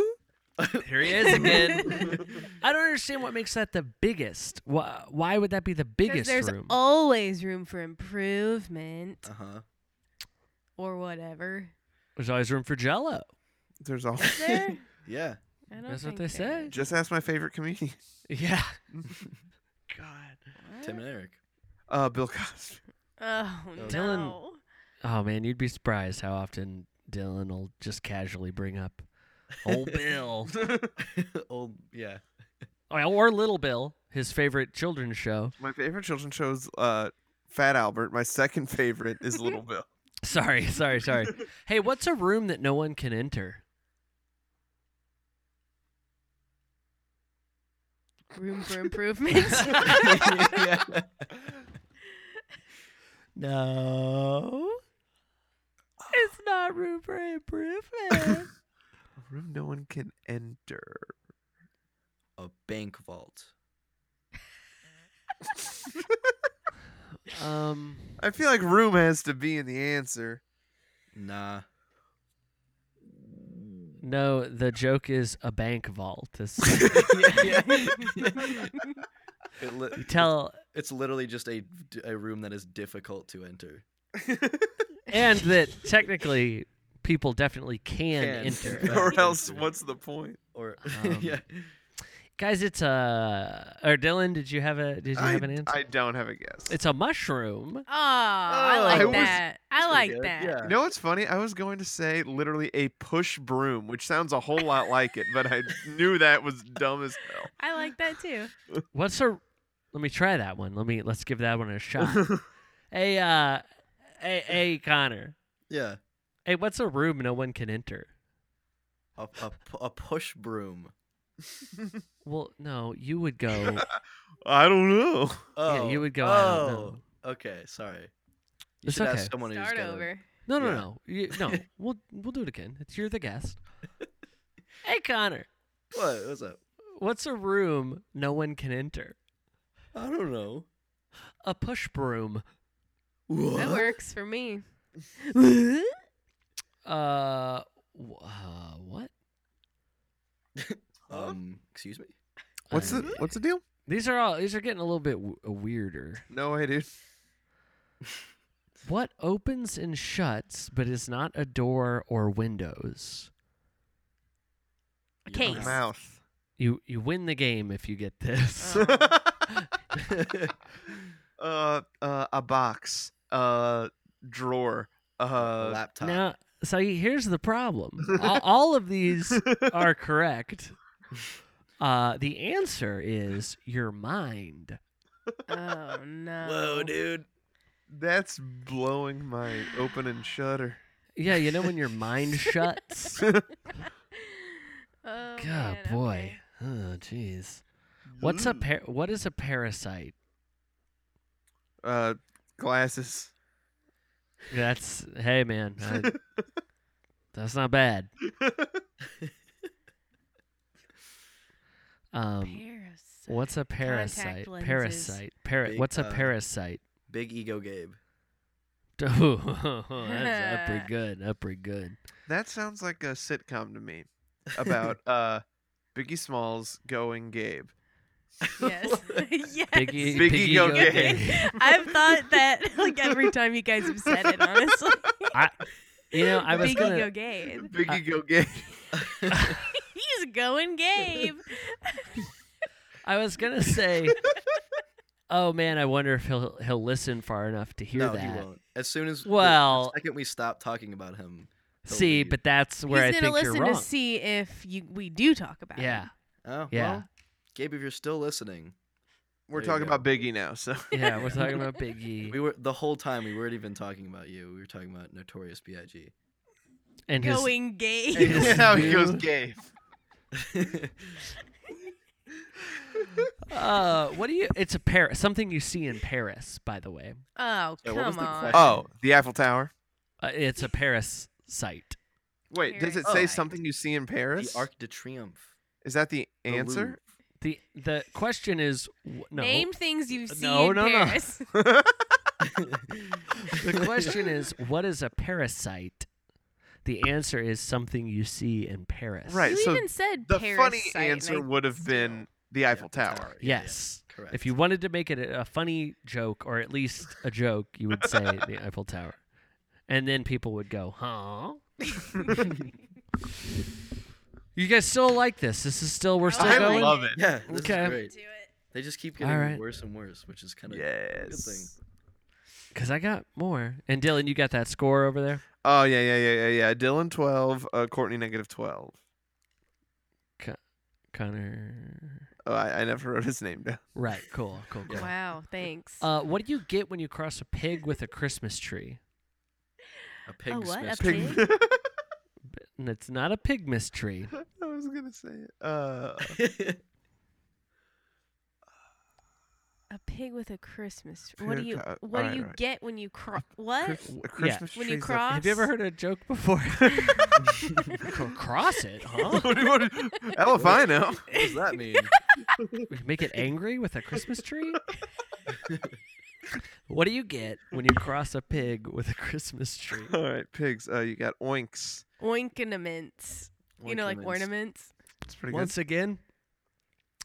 A: Here he is [laughs] again.
D: Uh-huh.
A: I don't understand what makes that the biggest. Why, why would that be the
B: 'Cause
A: biggest
B: there's
A: room?
B: always room for improvement
D: Uh huh.
B: or
A: [laughs]
B: whatever.
A: there's always room for jello.
C: There's [laughs] all.
B: Is there?
D: Yeah.
B: I don't
A: That's what
B: think
A: they
B: there
A: say.
B: is.
C: Just ask my favorite comedian, [laughs]
A: Yeah. [laughs] God.
D: Tim and Eric.
C: uh, Bill Cosby. [laughs]
B: Oh no.
D: Dylan-
A: Oh man, you'd be surprised how often Dylan will just casually bring up [laughs] [laughs] old Bill
D: [laughs] Old.
A: [laughs]
D: Yeah. [laughs]
A: or, or Little Bill, his favorite children's show. [laughs]
C: My favorite children's show is uh, Fat Albert. My second favorite is Little Bill.
A: Sorry, sorry, [laughs] sorry. hey, what's a room that no one can enter?
B: Room
A: [laughs]
B: for improvement.
D: yeah.
A: No. It's not room for improvement.
C: [laughs] A room no one can enter.
D: A bank vault.
A: um
C: I feel like room has to be in the answer.
A: [laughs]
D: Nah.
A: no, the joke is a bank vault. This
D: yeah, yeah. it
A: you
D: [laughs] li-
A: tell
D: it's literally just a, a room that is difficult to enter.
A: and that technically people definitely can,
D: Can.
A: enter.
D: Yeah.
C: [laughs] or else, what's the point?
D: Or [laughs]
A: Um,
D: yeah.
A: Guys, it's a or Dylan, did you have a did you
C: I,
A: have an answer?
C: I don't have a guess.
A: it's a mushroom.
B: oh, I
D: Oh,
C: I
B: like
C: was-
B: that. I
D: Pretty
B: like
D: good,
B: that.
C: you
D: Yeah.
C: know what's funny? I was going to say literally a push broom, which sounds a whole lot like it, but I knew that was dumb as
B: I like that too.
A: What's a Let me try that one. Let me let's give that one a shot.
C: hell.
A: hey uh hey, hey Connor.
D: yeah.
A: Hey, what's a room no one can enter?
D: A, a, pu- a push broom.
A: Well, no, you would go.
C: I don't know.
D: Oh,
A: you would go,
D: Oh,
A: I don't know.
D: okay. Sorry. You
A: It's
D: should
A: okay.
D: ask someone who's
B: Start
D: gonna- [laughs]
B: over.
A: No, no,
D: Yeah.
A: no, you, no. We'll we'll do it again. It's you're the guest. hey Connor,
D: What? What's up?
A: what's a room no one can enter?
D: I don't know.
A: A push broom.
B: That
D: What?
B: works
A: [laughs]
B: for me.
A: Uh, w- uh what?
D: Um, excuse me.
C: What's
A: Uh,
C: the what's the deal?
A: These are all these are getting a little bit w- uh, weirder.
C: No way, dude.
A: What opens and shuts but is not a door or windows?
B: A
D: Yeah.
B: case.
C: Mouth.
A: You you win the game if you get this.
B: Oh.
C: uh, uh, a box. Uh, drawer. Uh,
D: Laptop.
A: now, so here's the problem. all, all of
B: [laughs]
A: these are correct. Uh, the answer is your mind.
B: Oh no.
D: Whoa, dude.
C: That's blowing my open and shutter.
A: Yeah, you know when your
B: [laughs]
A: mind shuts.
B: Oh,
A: God,
B: man,
A: boy.
B: okay. Mm.
A: Oh, jeez. What's a par- what is a parasite?
C: uh glasses?
B: [laughs]
A: That's hey man. I, That's not bad. Um,
B: Parasite. [laughs]
A: what's a parasite?
B: lenses.
A: Parasite. Para-
D: Big,
A: what's a
D: uh,
A: parasite?
D: Big ego, Gabe.
A: [laughs] Oh, that's
B: [laughs]
A: upper good, upper good.
C: [laughs] That sounds like a sitcom to me about uh, Biggie Smalls going Gabe.
B: Yes. yes. [laughs]
A: Biggie,
C: Biggie go
A: [laughs]
B: gay.
A: gay.
B: I've thought that [laughs] like every time you guys have said it, honestly.
A: You know,
B: [laughs]
A: I was
B: Biggie
A: gonna.
B: go Gabe. [laughs]
C: Biggie go Gabe.
B: He's going [laughs] Gabe.
A: I was gonna
B: [laughs]
A: say. oh man, I wonder if he'll he'll listen far enough to hear
D: no,
A: that.
D: he won't. As soon as the-
A: Well-
D: the second we stop talking about him, he'll
A: See,
D: leave.
A: but that's where
B: He's
A: I
B: gonna
A: think
B: listen
A: you're wrong.
B: to see if you we do talk about. it.
A: yeah,
D: oh
A: yeah.
D: well, Gabe, if you're still listening,
C: We're
D: There you
C: talking
D: go.
C: about Biggie now, so
A: yeah. We're talking about Biggie
D: [laughs] we were the whole time we weren't even talking about you. We were talking about Notorious [laughs] B.I.G.
A: and his
B: Going Gabe.
C: [laughs]
A: Yes,
C: now he
A: you.
C: goes Gabe.
A: Uh, what do you? It's a Paris. Something you see in Paris, by the way.
B: [laughs] Oh
D: Yeah, what was
B: come
D: the
B: on.
D: question?
C: Oh, the Eiffel Tower.
A: Uh, it's a Paris site.
C: Wait, does it
B: Paris.
C: say
B: Oh.
C: something you see in
D: the
C: Paris?
D: Arc de Triomphe.
C: Is that the
D: the
C: answer?
D: Louvre.
A: The the question is w- no.
B: Name things you've
A: Uh,
B: seen
A: no,
B: in
A: no, no. [laughs]
B: Paris.
D: [laughs]
A: The question is what is a parasite? The answer is something you see in Paris.
B: [laughs]
C: Right,
B: You
C: so
B: even said
C: the
B: Paris
C: funny
B: site, and
C: answer
B: I-
C: would have been the Eiffel Tower.
D: yeah, yeah,
A: Yes.
D: correct.
A: If you wanted to make it a, a funny joke or at least a joke, you would say
C: [laughs]
A: the Eiffel Tower. And then people would go, "Huh?" you guys still like this? This is still we're still
C: I
A: going.
C: love it.
D: yeah, this
A: Okay.
D: is great.
B: Do it.
D: They just keep
A: All
D: getting
A: right.
D: worse and worse, which is kind of good thing.
C: Yes.
A: Cuz I got more. And Dylan, you got that score over there?
C: Oh yeah, yeah, yeah, yeah, yeah. Dylan twelve, uh, Courtney negative twelve.
A: Connor.
C: Oh, I, I never wrote his name down. [laughs]
A: Right, cool. Cool. cool.
B: Wow, thanks.
A: Uh, what do you get when you cross a pig with a Christmas tree?
D: A pig.
B: what? A
D: smashed
B: pig?
D: into-
A: And it's not a pigmas tree.
C: [laughs] I was gonna say it. Uh,
D: [laughs]
B: a pig with a Christmas. tree. What do
C: Pig,
B: you
C: uh,
B: What
C: alright,
B: do you
C: alright.
B: get when you cross? What?
C: Chris- w- Christmas
B: When you
C: trees
B: cross-
C: up-
A: Have you ever heard a joke before? Cro- cross it, huh? [laughs]
C: [laughs] What do you want to- Hell if I know.
D: what does that mean?
A: We can Make it angry with a Christmas tree? [laughs] what do you get when you cross a pig with a Christmas [laughs] tree?
C: All right, pigs. Uh, you got oinks.
B: Oinkinaments. [laughs] You know, like ornaments.
C: That's pretty
A: Once again,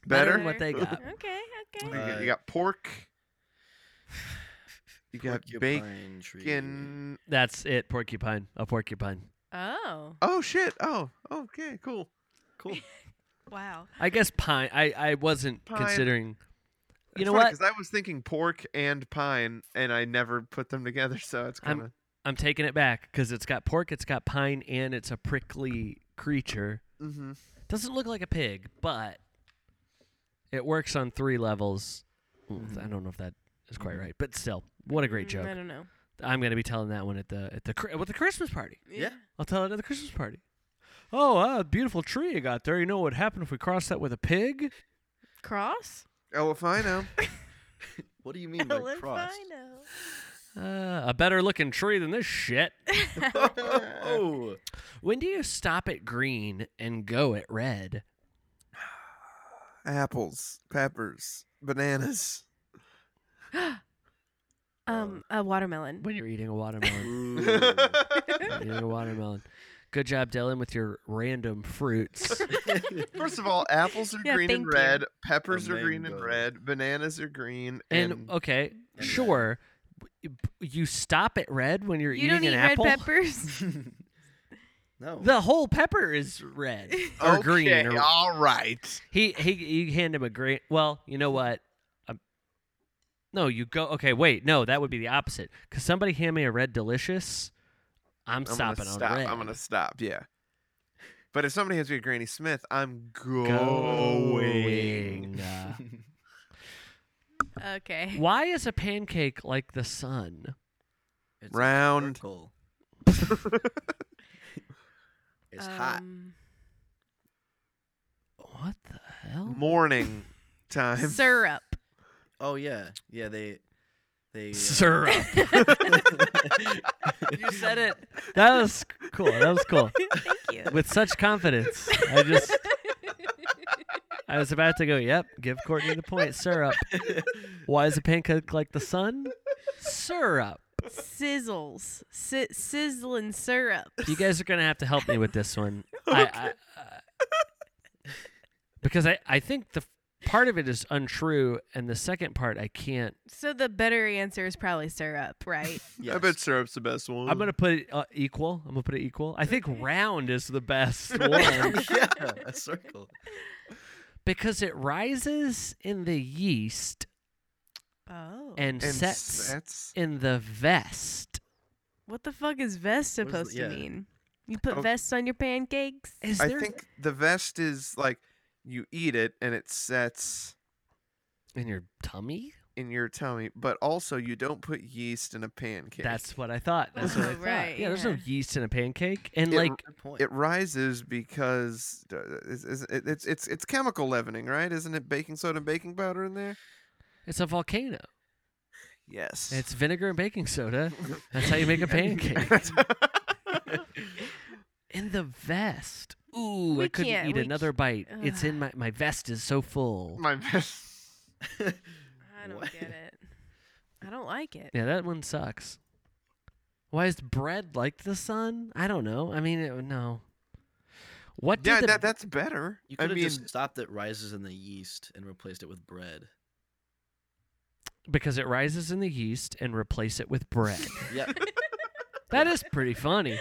C: good. Better.
A: than what [laughs] they got.
B: Okay,
C: You
B: okay.
C: got-
D: Uh,
C: you got pork. You got bacon.
D: Porcupine tree.
A: That's it. Porcupine. A porcupine.
B: Oh,
C: Oh shit. Oh. Okay. Cool.
D: Cool.
B: wow.
A: I guess pine. I, I wasn't
C: Pine.
A: considering. You know what?
C: Because I was thinking pork and pine, and I never put them together, so it's
A: I'm-
C: kind of.
A: I'm taking it back because it's got pork, it's got pine, and it's a prickly creature.
C: Mm-hmm.
A: Doesn't look like a pig, but it works on three levels. Mm, I don't know if that is quite right, but still, what a great
B: Mm, I
A: joke!
B: don't know.
A: I'm gonna be telling that one at the at the Chri- at the Christmas party.
D: Yeah.
A: I'll tell it at the Christmas party. Oh, uh, beautiful tree you got there. You know what happened if we crossed that with a pig?
B: Cross.
C: Oh, if I know.
B: [laughs]
D: What do you mean by cross?
A: Uh, a better looking tree than this shit. [laughs]
D: oh,
A: When do you stop at green and go at red?
C: [laughs] Apples, peppers, bananas.
B: um,
D: Oh.
B: a watermelon.
A: When you're eating a [laughs] watermelon.
D: Ooh.
A: eating a watermelon. Good job, Dylan, with your random fruits.
C: [laughs] First of all, apples are
B: Yeah,
C: green
B: thank
C: and
B: you.
C: red. Peppers are green and
D: mango.
C: red. Bananas are green. And,
A: and okay,
D: yeah.
A: sure, b- you stop at red when you're
B: You
A: eating
B: don't
A: an
B: eat
A: apple.
B: red
D: [laughs]
B: peppers.
D: no.
A: The whole pepper is
B: [laughs]
A: red or green.
C: Okay,
A: Or,
C: all right.
A: he he you hand him a green. Well, you know what? Um, no, you go. Okay, wait. No, that would be the opposite. Cause somebody hand me a red delicious. I'm,
C: I'm gonna
A: stopping
C: stop.
A: on red.
C: I'm gonna stop. Yeah. But if somebody has me a Granny Smith, I'm going. [laughs]
A: going. uh,
B: [laughs] [laughs] okay.
A: why is a pancake like the sun?
D: [laughs] It's
C: Round.
D: circle. it's hot.
B: Um,
A: What the hell?
C: Morning time.
D: [laughs]
B: Syrup. [laughs]
D: Oh yeah, yeah. They They uh, [laughs]
A: Syrup. you said it. That was cool. That was cool.
B: Thank you.
A: With such confidence, I just I was about to go. Yep, give Courtney the point. Syrup. Why is a pancake like the sun? Syrup.
B: Sizzles. Si- sizzling syrup.
A: You guys are gonna have to help me with this one. I, I, I- because I, I think the f- part of it is untrue, and the second part I can't.
B: So the better answer is probably syrup, right?
C: I
D: yes.
C: bet syrup's the best one.
A: I'm gonna put it uh, equal. I'm gonna put it equal. I think [laughs] round is the best one.
D: [laughs] yeah, a circle.
A: because it rises in the yeast
B: [laughs] oh.
A: and,
C: and
A: sets
C: sets.
A: in the vest.
B: what the fuck is vest
D: What is the-
B: supposed
D: yeah.
B: to mean? You put
C: Oh.
B: vests on your pancakes?
A: Is
C: I
A: there
C: think the vest is like you eat it and it sets
A: in your tummy?
C: in your tummy, but also you don't put yeast in a pancake.
A: That's what I thought. That's what I
B: Oh,
A: thought.
B: right,
A: yeah, there's no
B: yeah.
A: yeast in a pancake, and
C: It-
A: like
D: Good point.
C: it rises because uh, is- is- it- it's it's it's chemical leavening, right? Isn't it baking soda and baking powder in there?
A: it's a volcano.
C: Yes. [laughs]
A: It's vinegar and baking [laughs] soda. That's how you make a pancake. in the vest. Ooh, I
B: We
A: couldn't
B: can't-
A: eat
B: we
A: another bite. It's
B: Ugh.
A: in my my vest is so full.
C: My best.
D: [laughs]
B: I don't
D: What?
B: get it. I don't like it.
A: Yeah, that one sucks. Why is bread like the sun? I don't know. I mean, it, no. What did
C: Yeah,
A: the
C: that, that's better.
D: you
C: I
D: could have
C: mean,
D: just stopped at rises in the yeast and replaced it with bread.
A: because it rises in the yeast and replace it with bread.
D: Yeah.
A: that is pretty [laughs] funny.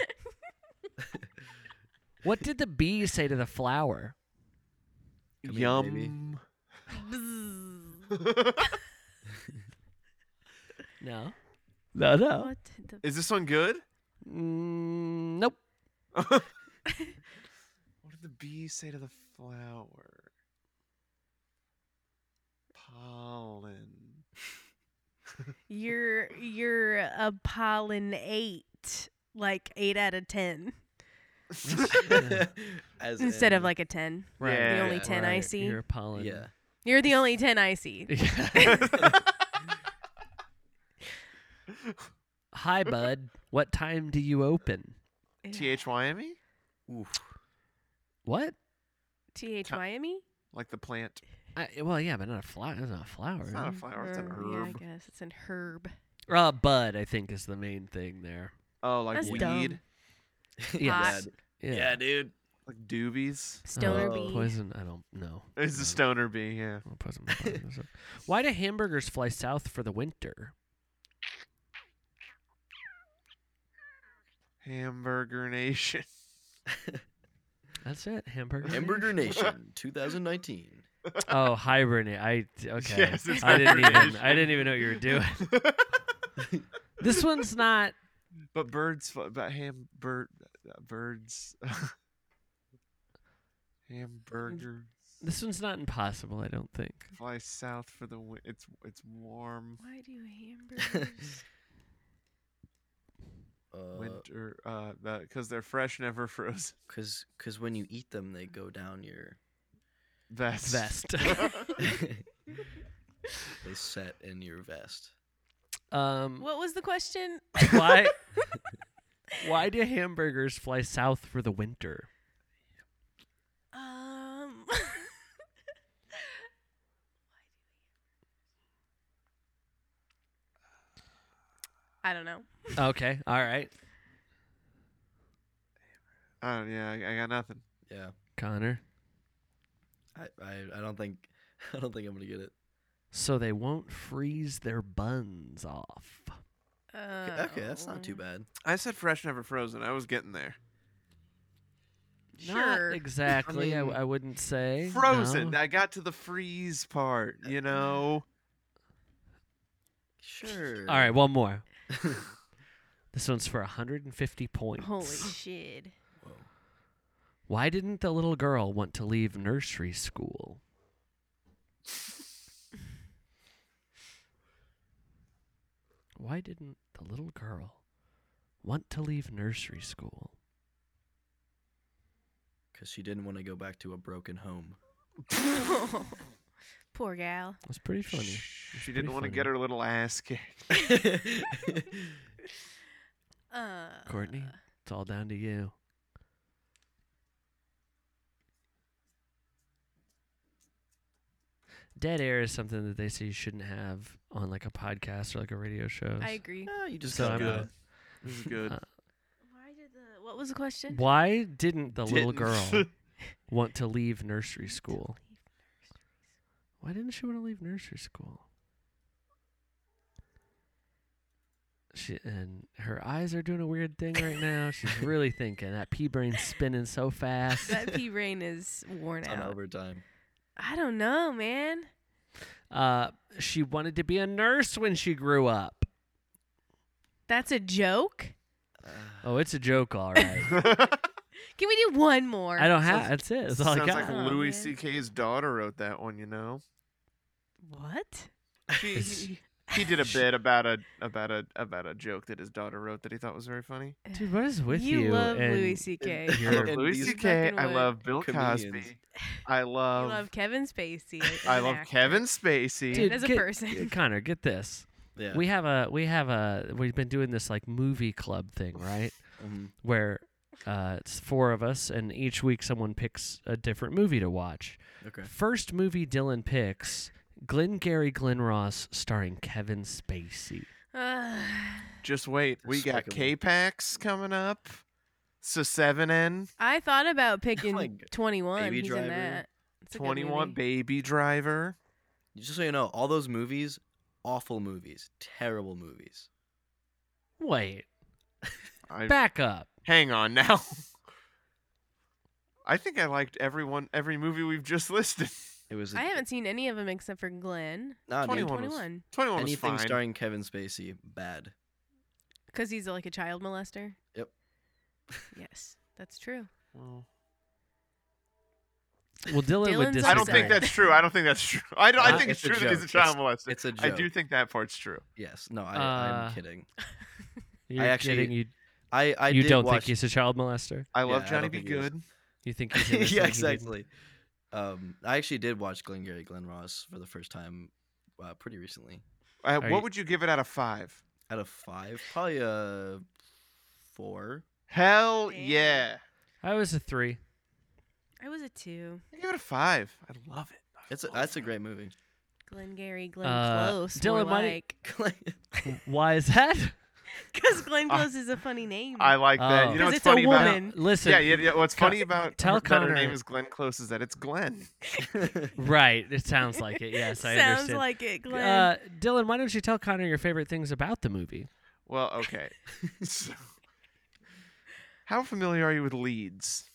A: What did the bee say to the flower?
D: I mean, maybe. [laughs]
C: yum.
B: Bzzz.
A: No. No, no.
B: What the
C: [laughs] is this one good?
A: Mm, nope.
C: [laughs] what did the bee say to the flower? Pollen.
B: You're you're a pollen eight, like eight out of ten,
C: [laughs]
D: As
B: instead of
D: in-
B: like a ten.
A: Right.
B: The
C: Yeah,
B: only ten I
A: Right,
B: see.
A: You're
B: You're,
A: a pollen.
D: yeah. [laughs]
B: the only ten I see.
A: [laughs] Hi, bud. What time do you open?
C: T H Y M E,
D: Oof.
A: What?
B: T H Y M E.
C: like the plant.
A: I, well, yeah, but not a flower. That's not a flower.
C: It's
A: is
C: not a
A: it?
C: flower. It's an
B: Yeah, I
C: herb.
B: guess it's an herb.
A: Uh, bud, I think, is the main thing there.
C: Oh, like
B: That's
C: weed,
B: dumb.
A: Yes.
D: Bad.
A: Yeah.
D: dude.
C: like doobies.
B: Stoner
A: Uh,
B: bee.
A: Poison? I don't know. I
C: It's a
A: don't-
C: stoner bee. Yeah.
A: I'll put some pepper in this one. Why do hamburgers fly south for the winter?
C: Hamburger Nation. [laughs]
A: That's it. Hamburger.
D: Hamburger Nation 2019.
A: [laughs] Oh, hibernate. I okay.
C: Yes, it's
A: I didn't even.
C: hibernation.
A: I didn't even know what you were doing. [laughs] This one's not.
C: but birds. fl- But ham. Bird. uh, Birds. [laughs] Hamburgers
A: This one's not impossible. I don't think.
C: fly south for the win- it's it's warm
B: Why do hamburgers?
C: winter uh because they're fresh never frozen
D: Because because when you eat them, they go
A: [laughs]
D: down your.
C: vest
A: Vest.
D: they set in your vest.
A: um.
B: what was the question?
A: Why? Why do hamburgers fly south for the winter?
B: Um. [laughs] I don't know.
A: Okay. All right.
C: oh yeah I, I got nothing
D: Yeah.
A: Connor.
D: I, I, I don't think [laughs] I don't think I'm gonna get it.
A: So they won't freeze their buns off.
D: Okay, okay, that's not too
B: Oh.
D: bad.
C: i said fresh never frozen i was getting there
B: Sure.
A: Not exactly. I,
D: mean,
A: I wouldn't say
C: frozen
A: no. Uh,
C: i got to the freeze part you know
D: Sure. [laughs]
A: All right, one more. this one's for 150 points.
B: Um, Holy
A: [laughs]
B: shit.
D: Whoa.
A: Why didn't the little girl want to leave nursery school? Why didn't the little girl want to leave nursery school?
D: [laughs]
A: [laughs]
D: Because she didn't want to go back to a broken home.
B: [laughs] Poor gal.
A: It's pretty funny.
C: She,
A: It's
C: didn't
A: pretty
C: want to get
A: funny.
C: her little ass kicked.
D: Ah,
B: Uh,
A: Courtney? It's all down to you. Dead air is something that they say you shouldn't have on like a podcast or like a radio show.
B: I agree.
D: Ah, you just
A: So
D: got
A: I'm
D: good.
A: out.
C: This is
A: [laughs]
C: good.
A: Uh,
B: Why did the what was the question?
A: Why didn't the little
C: Didn't- [laughs]
A: girl want to leave nursery school? Why didn't she want to leave nursery school? She and her eyes are doing a weird thing right now.
B: [laughs]
A: She's really thinking. That pea brain's spinning so fast.
B: [laughs] That pea brain is worn
D: on
B: out.
D: overtime.
B: I don't know, man.
A: Uh, she wanted to be a nurse when she grew up.
B: That's a joke.
D: Uh,
A: Oh, it's a joke, all
B: [laughs]
A: right.
B: Can we do one more?
A: I don't have.
C: Sounds-
A: That's it. That's all
C: Sounds
A: I got.
C: like
B: Oh,
C: Louis
B: man.
C: C.K.'s daughter wrote that one.
A: [laughs]
C: You know,
B: What?
C: she,
A: It's-
C: he, he did a bit about a about a about a joke that his daughter wrote that he thought was very funny.
A: Dude, what is with
B: you
A: you?
B: love
A: and
B: Louis C.K.
D: and-
A: your-
C: I love
D: And
C: Louis
D: these
C: C.K.
B: fucking
C: I
B: wood
C: love Bill
D: comedians.
C: Cosby. I
B: you
C: love,
B: love Kevin Spacey. as
C: I
B: an
C: love
B: actor.
C: Kevin Spacey.
A: Dude,
B: as a
A: get- [laughs]
B: person.
A: Connor, get this.
D: yeah.
A: We have a we have a we've been doing this like movie club thing, right?
D: Mhm.
A: Where uh, it's four of us, and each week someone picks a different movie to watch.
D: okay.
A: First movie Dylan picks: Glengarry Glen Ross, starring Kevin Spacey.
B: Ugh.
C: Just wait, we got
D: Despicable.
C: K-Pax coming up. So seven N
B: [sighs] I thought about picking
D: my g-
B: 21.
D: Baby
B: He's
D: Driver.
B: in that. It's a good
C: twenty one
B: movie.
C: Baby Driver.
D: Just so you know, all those movies, awful movies, terrible movies.
A: Wait,
C: I,
A: back up.
C: hang on now. [laughs] I think I liked everyone every movie we've just listed. [laughs]
D: It was.
B: I haven't seen any of them except for Glenn.
D: Nah, dude,
C: 21 was-
B: 21.
C: Twenty one was
D: anything
C: fine.
D: starring Kevin Spacey, bad.
B: Because he's like a child molester?
D: Yep.
B: yes, that's true.
C: Well,
A: Well, Dylan would
B: Dylan's
A: disagree.
C: I don't think
B: upset.
C: that's true. I don't think that's true. [laughs] I don't. I
D: Uh,
C: think it's,
D: it's a
C: true that he's a
D: joke.
C: child molester.
D: It's a joke.
C: I do think that part's true.
D: Yes. No, I,
A: Uh,
D: I'm kidding.
A: You're
D: I actually-
A: kidding. You,
D: I, I
A: you
D: did
A: don't
D: watch...
A: think
D: [laughs]
A: he's a child molester?
C: I
D: Yeah, I
C: love
D: don't
C: Johnny B.
D: think he is.
C: Good.
A: You think
C: [laughs]
A: he's innocent, he
D: yeah,
A: didn't-
D: exactly. Um, I actually did watch Glengarry Glen Ross for the first time, uh, pretty recently.
C: Uh,
A: Are
C: what
A: you-
C: would you give it out of five?
D: Out of five, probably a four.
C: Hell
B: Damn.
C: yeah!
A: I was a three.
B: I was a two.
C: I give it a five. I love it. I
D: It's a,
C: love
D: that's a
C: it.
D: great movie. [laughs]
B: Glenn Gary, Glenn
A: Uh,
B: Close.
A: Dylan,
B: more
A: why do-
B: like.
D: [laughs]
A: Why is that?
B: Because Glenn
C: I-
B: Close is a funny name.
C: I like that.
A: Oh.
C: You know
B: 'Cause
C: what's
B: it's a
C: funny
A: Now,
C: about
B: woman.
A: listen,
C: yeah, yeah, yeah. What's
A: Con-
C: funny about
A: tell
C: her, that her
A: Connor-
C: name is Glenn Close is that it's Glenn.
A: right. It sounds like it. Yes, I
B: [laughs] Sounds
A: understand.
B: like it, Glenn.
A: Uh, Dylan, why don't you tell Connor your favorite things about the movie?
C: Well,
A: [laughs]
C: okay. so, how familiar are you with Leeds?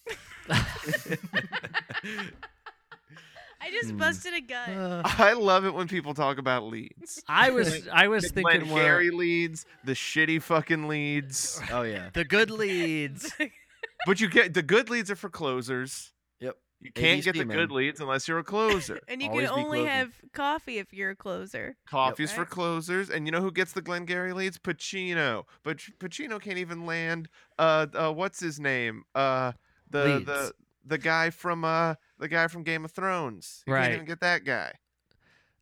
B: I just
D: hmm.
B: busted a gut.
A: Uh,
B: [laughs]
D: Oh,
C: I love it when people talk about Leeds.
A: I
C: [laughs]
A: was I was
C: The Glenn
A: thinking more
C: Gary Leeds, the shitty fucking Leeds.
D: oh yeah.
A: the good leads.
C: But you get the good leads are for closers.
D: Yep.
C: You can't get the
D: ABC,
C: good
D: man.
C: leads unless you're a closer.
B: and you
D: Always
B: can
D: be
B: only
D: closing.
B: have coffee if you're a closer.
C: Coffee's for
B: Right.
C: closers, and you know who gets the Glengarry leads? Pacino. But Ch- Pacino can't even land. Uh, uh what's his name? Uh, the
A: Leeds.
C: the the guy from uh the guy from Game of Thrones. He
A: Right.
C: Can't even get that guy.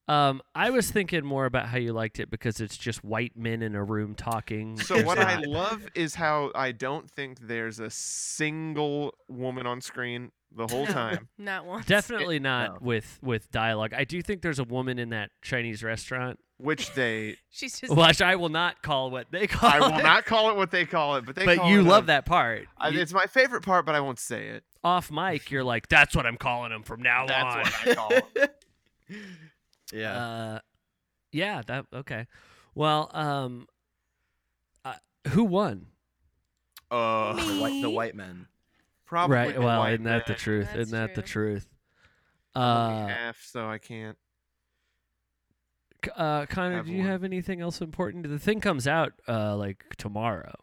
A: Um, I was thinking more about how you liked it because it's just white men in a room talking.
C: So
A: There's
C: what I
A: not-
C: love is how I don't think there's a single woman on screen the whole
A: [laughs]
B: No.
C: time.
B: Not once.
A: definitely not
D: no.
A: with with dialogue. I do think there's a woman in that Chinese restaurant,
C: Which
A: [laughs]
C: they
B: [laughs] She's just.
A: which I will not call what they call.
C: I will
A: it,
C: not call it what they call it, but they
A: But
C: call
A: you
C: it
A: love
C: a-
A: that part.
C: I,
A: You-
C: it's my favorite part, but I won't say it.
A: off mic, you're like, "That's what I'm calling him from now on."
C: I call
A: [laughs]
C: it.
D: [laughs] Yeah.
A: Uh, yeah. That okay. Well, um, uh, who won?
C: Uh,
D: Oh, the, white, the
B: Me.
D: white men.
C: probably
A: right.
C: the
A: Well,
C: white
A: isn't that the
C: man.
A: truth?
B: That's
A: isn't that the truth?
C: Only
A: Uh,
C: half, so I can't.
A: C- uh, Connor,
C: have
A: do you
C: one.
A: have anything else important? The thing comes out uh like tomorrow.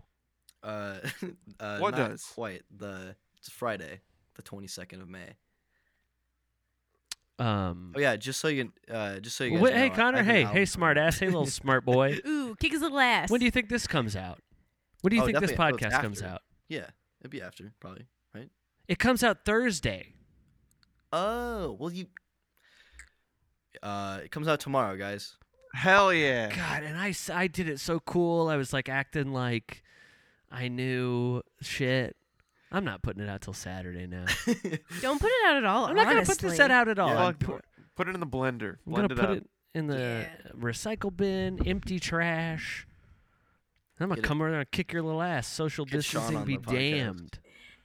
D: Uh, [laughs] uh,
C: What
D: not
C: does?
D: quite the it's Friday, the 22nd of May.
A: Um.
D: Oh yeah, just so you, uh, just so you guys.
A: wh-
D: know,
A: hey
D: I-
A: Connor,
D: I've been
A: hey,
D: out
A: hey
D: for-
A: smart ass,
D: [laughs]
A: hey little smart boy.
B: Ooh, kick his little ass.
A: When do you think this comes out? When do you
D: Oh,
A: think this
D: definitely- oh,
A: podcast
D: it's
A: comes
D: after.
A: out?
D: yeah, it'd be after probably, right?
A: It comes out Thursday.
D: Oh well, you. Uh, it comes out tomorrow, guys.
C: Hell yeah.
A: God, and I, s- I did it so cool. I was like acting like I knew shit. I'm not putting it out till Saturday
B: [laughs]
A: now.
B: Don't put it out at all.
A: I'm not gonna put this set
B: honestly.
A: out at all.
D: Yeah.
A: I'm,
C: Fuck,
A: pu-
C: put, it in the blender.
A: I'm
C: Blend
A: gonna
C: it
A: put
C: up.
A: it in the
B: Yeah.
A: recycle bin, empty trash. I'm gonna
D: Get it-
A: come over there and kick your little ass. Social
D: Get Sean
A: distancing
D: on
A: be
D: the podcast.
A: damned.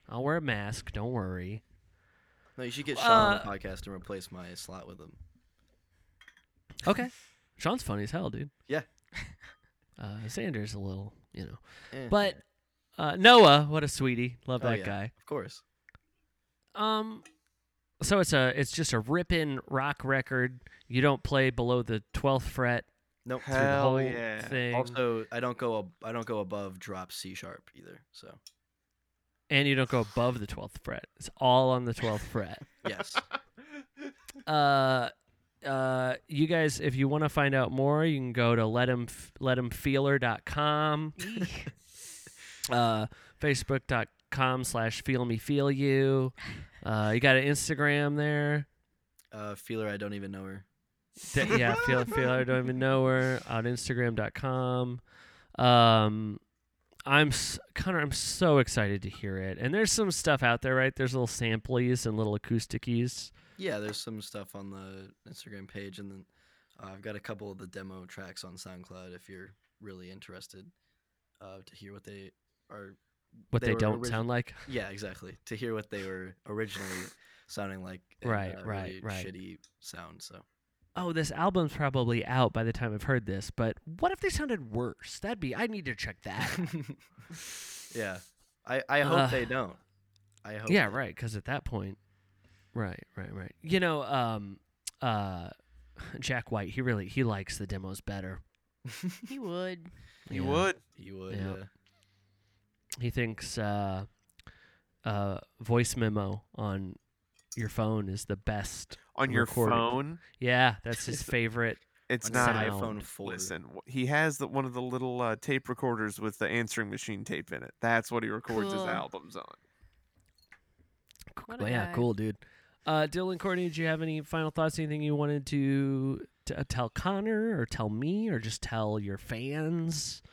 A: I'll wear a mask. Don't worry.
D: No, you should get Sean on
A: Uh,
D: the podcast and replace my slot with him.
A: Okay.
B: [laughs]
A: Sean's funny as hell, dude.
D: Yeah.
A: Uh, Xander's a little, you
D: [laughs]
A: know.
D: Eh,
A: But uh, Noah, what a sweetie. Love
D: Oh,
A: that
D: yeah.
A: guy.
D: of course,
C: Mm.
A: Um, so it's a it's just a ripping rock record. You don't play below the twelfth fret
D: no.
A: through the
C: Hell
A: whole
C: yeah.
A: thing,
D: Also, I don't go. Ab- I don't go above drop C sharp either. So
A: and you don't go above the twelfth fret. It's all on the twelfth
C: [laughs]
A: fret.
D: yes,
A: Uh, uh, you guys, if you want to find out more, you can go to letem letemfeeler.com,
B: Eek.
A: uh, facebook.com slash feel me feel you. Uh, you got an Instagram there.
D: uh, feeler. I don't even know her.
A: D- yeah, feel feel I don't even know her on Instagram.com. Um, I'm s- Connor. I'm so excited to hear it. And there's some stuff out there, right? There's little samplies and little acousticies.
D: Yeah, there's some stuff on the Instagram page, and then uh, I've got a couple of the demo tracks on SoundCloud. If you're really interested uh, to hear what they are,
A: What
D: They
A: they,
D: were
A: don't
D: origi-
A: sound like.
D: yeah, exactly, to hear what they were originally sounding like. and,
A: Right,
D: uh,
A: right,
D: really
A: right.
D: Shitty
A: [laughs]
D: sound. So
A: Oh, this album's probably out by the time I've heard this. But what if they sounded worse? That'd be. I need to check that.
D: [laughs]
A: out.
D: yeah, I I hope
A: Uh,
D: they don't. I hope.
A: Yeah,
D: they-
A: right. Because at that point, right, right, right. You know, um, uh, Jack White. He really he likes the demos better.
B: he would.
C: [laughs] You
A: Yeah.
C: would.
D: You would.
A: Yeah.
D: uh,
A: he thinks uh, uh, voice memo on your phone is the best.
C: On your
A: Recorded.
C: phone.
A: Yeah, that's
B: [laughs]
A: his favorite.
C: It's
D: on
C: not
D: his
A: a-
D: iPhone four.
C: Listen, wh- he has the, one of the little uh, tape recorders with the answering machine tape in it. That's what he records his
B: Cool.
C: albums on.
B: What a
A: Well, yeah,
B: guy.
A: cool, dude. Uh, Dylan, Courtney, do you have any final thoughts? Anything you wanted to t- uh, tell Connor, or tell me, or just tell your fans?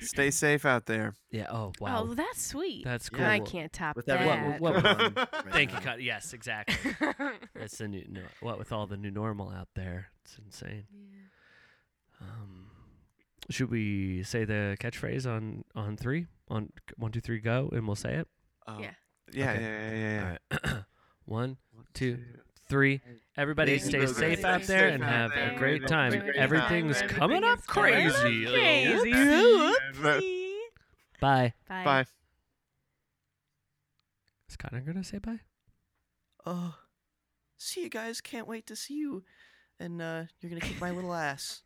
C: Stay safe out there.
A: Yeah. Oh, wow.
B: Oh, that's sweet.
A: that's cool.
D: yeah.
B: I can't top
D: With
A: that-
D: everyone,
B: that.
A: What- what-
D: right
A: Thank you,
D: now.
A: Connor. Yes, exactly.
B: [laughs]
A: That's the new. No, what with all the new normal out there, it's insane.
B: Yeah.
A: Um, should we say the catchphrase on on three on c- one two three go and we'll say it.
C: Uh,
B: Yeah.
C: Yeah,
A: Okay.
C: yeah, yeah, yeah, yeah.
A: All right. [clears throat] one,
C: One,
A: two, three. Everybody
D: Thank you,
A: stay
D: everybody.
A: safe
D: Stay
A: out there
C: safe
A: and
C: out
A: have
C: there.
A: a great
C: Everything-
A: time.
C: everything-
A: Everything's
B: everything
A: coming up
B: is coming up
A: crazy.
B: crazy.
A: Oopsie.
B: Oopsie.
A: Bye.
B: Bye.
C: Bye.
A: Is Connor gonna say bye?
D: Oh, see you guys. Can't wait to see you. And uh, you're going to kick my little ass.